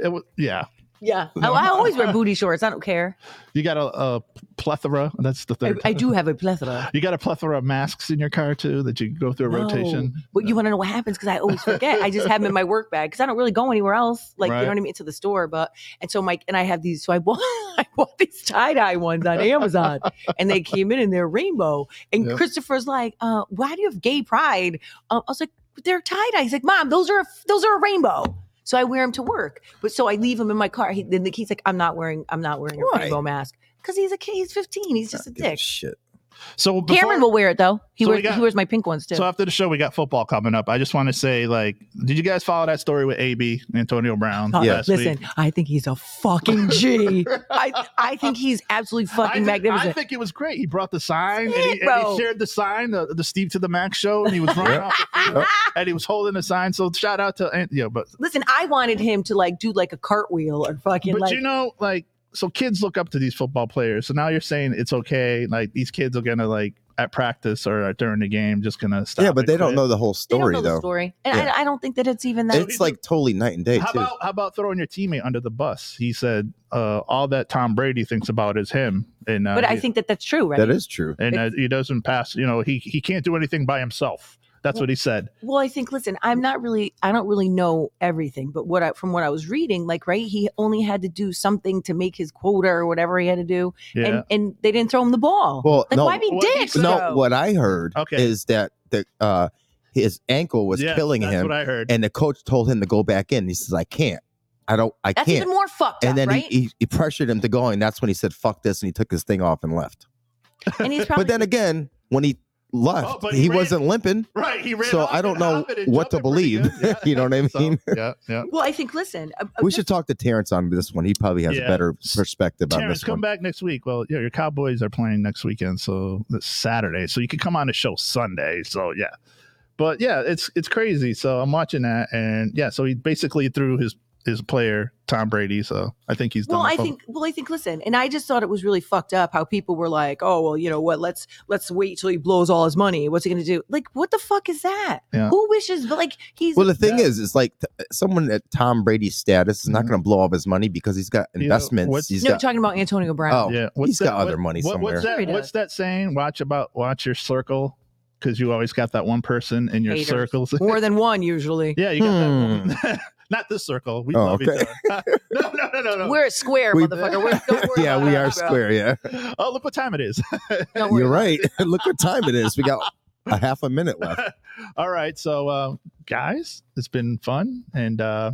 Speaker 9: it was, yeah,
Speaker 6: Yeah. I, I always wear booty shorts. I don't care.
Speaker 9: you got a, a plethora. That's the
Speaker 6: I,
Speaker 9: third.
Speaker 6: I
Speaker 9: time.
Speaker 6: do have a plethora.
Speaker 9: You got a plethora of masks in your car too that you go through a
Speaker 6: No.
Speaker 9: rotation.
Speaker 6: But you want to know what happens because I always forget. I just have them in my work bag because I don't really go anywhere else. Like you
Speaker 9: Right.
Speaker 6: know what I mean to the store. But and so Mike and I have these. So I bought I bought these tie dye ones on Amazon, and they came in and they're rainbow. And
Speaker 9: Yeah.
Speaker 6: Christopher's like, uh, "Why do you have gay pride?" Um, I was like, "But "They're tie dye." He's like, "Mom, those are a, those are a rainbow." So I wear them to work, but so I leave them in my car. He, then the, he's like, "I'm not wearing I'm not wearing a
Speaker 10: Why?
Speaker 6: rainbow mask because he's a kid. He's 15. He's just a
Speaker 10: Ah, Give a
Speaker 6: dick."
Speaker 10: Shit.
Speaker 9: So before,
Speaker 6: Cameron will wear it though. He
Speaker 9: So we
Speaker 6: wears
Speaker 9: got-
Speaker 6: he wears my pink ones too.
Speaker 9: So after the show, we got football coming up. I just want to say, like, did you guys follow that story with AB Antonio Brown?
Speaker 6: Uh,
Speaker 9: last week?
Speaker 6: Listen, I think he's a fucking G. I, I think he's absolutely
Speaker 9: I
Speaker 6: fucking
Speaker 9: think- I
Speaker 6: magnificent.
Speaker 9: think it was great. He brought the sign and he,
Speaker 6: Shit,
Speaker 9: and he
Speaker 6: bro.
Speaker 9: shared the sign, the, the Steve to the Max show, and he was running off the field, and he was holding the sign. So shout out to Ant- yeah, but
Speaker 6: Listen, I wanted him to like do like a cartwheel or fucking
Speaker 9: but
Speaker 6: like.
Speaker 9: you know, like, so kids look up to these football players. So now you're saying it's okay. Like these kids are gonna like at practice or during the game, just gonna stop.
Speaker 10: yeah, but
Speaker 9: and
Speaker 10: they don't
Speaker 9: quit.
Speaker 10: know the whole
Speaker 6: they don't
Speaker 10: story
Speaker 6: know
Speaker 10: though.
Speaker 6: the story, and
Speaker 10: Yeah.
Speaker 6: I, I don't think that it's even that.
Speaker 10: It's like totally night and day
Speaker 9: How
Speaker 10: too.
Speaker 9: about how about throwing your teammate under the bus? He said, uh, "All that Tom Brady thinks about is him," and uh,
Speaker 6: but I
Speaker 9: he-
Speaker 6: think that that's true, right?
Speaker 10: That is true.
Speaker 9: and uh, he doesn't pass. You know, he he can't do anything by himself. That's what he said.
Speaker 6: Well, I think listen, I'm not really I don't really know everything, but what I from what I was reading, like right, he only had to do something to make his quota or whatever he had to do.
Speaker 3: Yeah.
Speaker 6: And and they didn't throw him the ball.
Speaker 3: Well,
Speaker 6: like
Speaker 3: no,
Speaker 6: why be dicks?
Speaker 3: No,
Speaker 6: though?
Speaker 3: what I heard is that the uh, his ankle was
Speaker 9: Yeah,
Speaker 3: killing
Speaker 9: that's
Speaker 3: him.
Speaker 9: what I heard.
Speaker 3: And the coach told him to go back in. He says, "I can't. I don't. I
Speaker 6: That's
Speaker 3: can't."
Speaker 6: even more fucked
Speaker 3: and
Speaker 6: up,
Speaker 3: then
Speaker 6: right?
Speaker 3: he, he, he pressured him to go, and that's when he said, "Fuck this," and he took his thing off and left.
Speaker 6: and he's probably
Speaker 3: But then again, when he left,
Speaker 9: Oh, but
Speaker 3: he,
Speaker 9: he ran-
Speaker 3: wasn't limping.
Speaker 9: Right, he ran
Speaker 3: So
Speaker 9: off
Speaker 3: I don't
Speaker 9: and
Speaker 3: know
Speaker 9: off it and
Speaker 3: what to believe. you know what I mean?
Speaker 9: yeah, yeah.
Speaker 6: well, I think listen, uh, uh,
Speaker 3: We should talk to Terrence on this one. He probably has
Speaker 9: Yeah.
Speaker 3: a better perspective on
Speaker 9: Terrence,
Speaker 3: this
Speaker 9: come
Speaker 3: one.
Speaker 9: back next week. Well, yeah, your Cowboys are playing next weekend, so it's Saturday. So you can come on the show Sunday. So yeah. But yeah, it's it's crazy. So I'm watching that and yeah, so he basically threw his his player, Tom Brady. So I think he's done.
Speaker 6: well, I
Speaker 9: for-
Speaker 6: think well, I think listen, and I just thought it was really fucked up how people were like, "Oh, well, you know what? Let's let's wait till he blows all his money. What's he going to do?" Like, what the fuck is that?
Speaker 3: Yeah.
Speaker 6: Who wishes but like he's
Speaker 3: Well, the thing is, it's like t- someone at Tom Brady's status is
Speaker 9: Mm-hmm.
Speaker 3: not going to blow all of his money because he's got investments. he's
Speaker 6: no,
Speaker 3: got,
Speaker 6: talking about Antonio
Speaker 3: oh,
Speaker 6: Brown.
Speaker 3: yeah.
Speaker 9: what's
Speaker 3: he's got
Speaker 9: that-
Speaker 3: other money
Speaker 9: what-
Speaker 3: somewhere.
Speaker 9: What's that, what's that saying? Watch about watch your circle because you always got that one person in your
Speaker 6: Haters.
Speaker 9: circles.
Speaker 6: More than one usually.
Speaker 9: Yeah, you got that one. Not this circle. We
Speaker 3: Hmm. Oh,
Speaker 9: love each
Speaker 3: okay.
Speaker 9: other. no, no, no, no, no.
Speaker 6: We're a square,
Speaker 3: We-
Speaker 6: motherfucker. We're, don't worry
Speaker 3: yeah,
Speaker 6: about
Speaker 3: we
Speaker 6: it,
Speaker 3: are
Speaker 6: bro.
Speaker 3: square. Yeah,
Speaker 9: Oh, look what time it is.
Speaker 6: Don't worry
Speaker 3: you're
Speaker 6: about
Speaker 3: right. Look what time it is. We got a half a minute left.
Speaker 9: All right. So, uh, guys, it's been fun. And uh,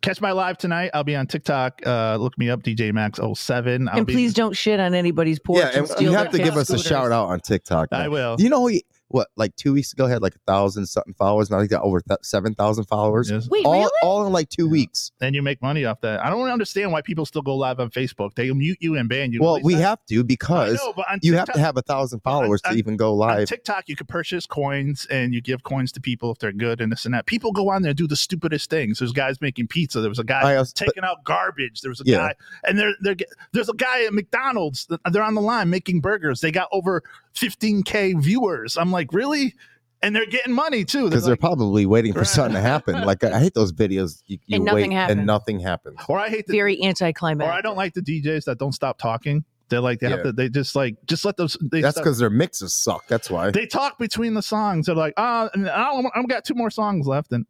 Speaker 9: catch my live tonight. I'll be on TikTok. Uh, look me up, DJ Max07. I'll
Speaker 6: And
Speaker 9: be,
Speaker 6: please don't shit on anybody's porch.
Speaker 3: Yeah,
Speaker 6: and
Speaker 3: and
Speaker 6: steal
Speaker 3: you
Speaker 6: their
Speaker 3: have to
Speaker 6: kids'
Speaker 3: give us a
Speaker 6: scooters.
Speaker 3: shout out on TikTok.
Speaker 9: I
Speaker 3: man.
Speaker 9: will.
Speaker 3: You know, he, what? Like two weeks ago, had like a thousand something followers. Now he got over th- seven thousand followers.
Speaker 9: Yes.
Speaker 6: Wait,
Speaker 3: all,
Speaker 6: really?
Speaker 3: all in like two weeks.
Speaker 9: And you make money off that. I don't understand why people still go live on Facebook. They mute you and ban you. At
Speaker 3: Well,
Speaker 9: least
Speaker 3: we
Speaker 9: I-
Speaker 3: have to because
Speaker 9: I know, but on
Speaker 3: you have
Speaker 9: TikTok-
Speaker 3: to have a thousand followers
Speaker 9: on-
Speaker 3: to even go
Speaker 9: on
Speaker 3: live.
Speaker 9: TikTok, you can purchase coins and you give coins to people if they're good and this and that. People go on there and do the stupidest things. There's guys making pizza. There was a guy
Speaker 3: I also-
Speaker 9: taking out garbage. There was a
Speaker 3: Yeah.
Speaker 9: guy, and there, there, there's a guy at McDonald's. They're on the line making burgers. They got over 15k viewers. I'm like, really? And they're getting money too. They're
Speaker 3: because they're
Speaker 9: like-
Speaker 3: probably waiting for
Speaker 9: Right.
Speaker 3: something to happen. Like I hate those videos. You, you
Speaker 6: And nothing
Speaker 3: wait
Speaker 6: happens.
Speaker 3: and nothing happens.
Speaker 9: or I hate the,
Speaker 6: Very
Speaker 9: or
Speaker 6: anticlimactic.
Speaker 9: I don't like the DJs that don't stop talking. They're like they have
Speaker 3: Yeah.
Speaker 9: to. They just like just let those. They
Speaker 3: That's
Speaker 9: stop-
Speaker 3: because their mixes suck. That's why.
Speaker 9: they talk between the songs. They're like, ah, and I don't- I've got two more songs left, and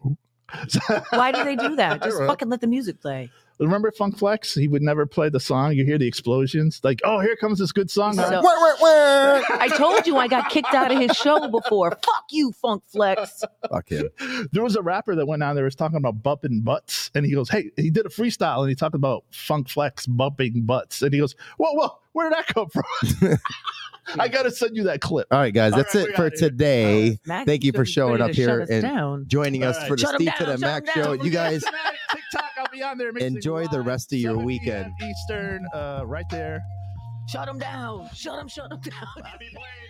Speaker 6: Why do they do that? Just
Speaker 9: Right.
Speaker 6: fucking let the music play.
Speaker 9: Remember Funk Flex? He would never play the song. You hear the explosions, like, oh, here comes this good song.
Speaker 6: So-
Speaker 3: Wah, wah, wah.
Speaker 6: I told you I got kicked out of his show before. Fuck you, Funk Flex.
Speaker 3: Fuck him.
Speaker 9: there was a rapper that went on there was talking about bumping butts, and he goes, hey, he did a freestyle, and he talked about Funk Flex bumping butts, and he goes, whoa, whoa, where did that come from? I gotta send you that clip.
Speaker 3: All right, guys,
Speaker 9: All
Speaker 3: that's
Speaker 9: right, we
Speaker 3: it for
Speaker 9: outta here.
Speaker 3: today.
Speaker 6: Max
Speaker 3: Thank you for
Speaker 6: is ready
Speaker 3: showing
Speaker 6: to
Speaker 3: up
Speaker 6: shut
Speaker 3: here
Speaker 6: us
Speaker 3: and
Speaker 6: down.
Speaker 3: joining us
Speaker 9: All right.
Speaker 3: for the
Speaker 6: Shut 'em
Speaker 3: Steve to
Speaker 6: down,
Speaker 3: the
Speaker 6: shut 'em
Speaker 3: Mac
Speaker 6: down.
Speaker 3: show. You guys.
Speaker 9: Tonight, TikTok, I'll be on there. mixing
Speaker 3: Enjoy the
Speaker 9: live,
Speaker 3: rest of your
Speaker 9: 7 p.m.
Speaker 3: weekend.
Speaker 9: Eastern, uh, right there.
Speaker 6: Shut him down. Shut him, shut him down.
Speaker 9: I'll be playing uh,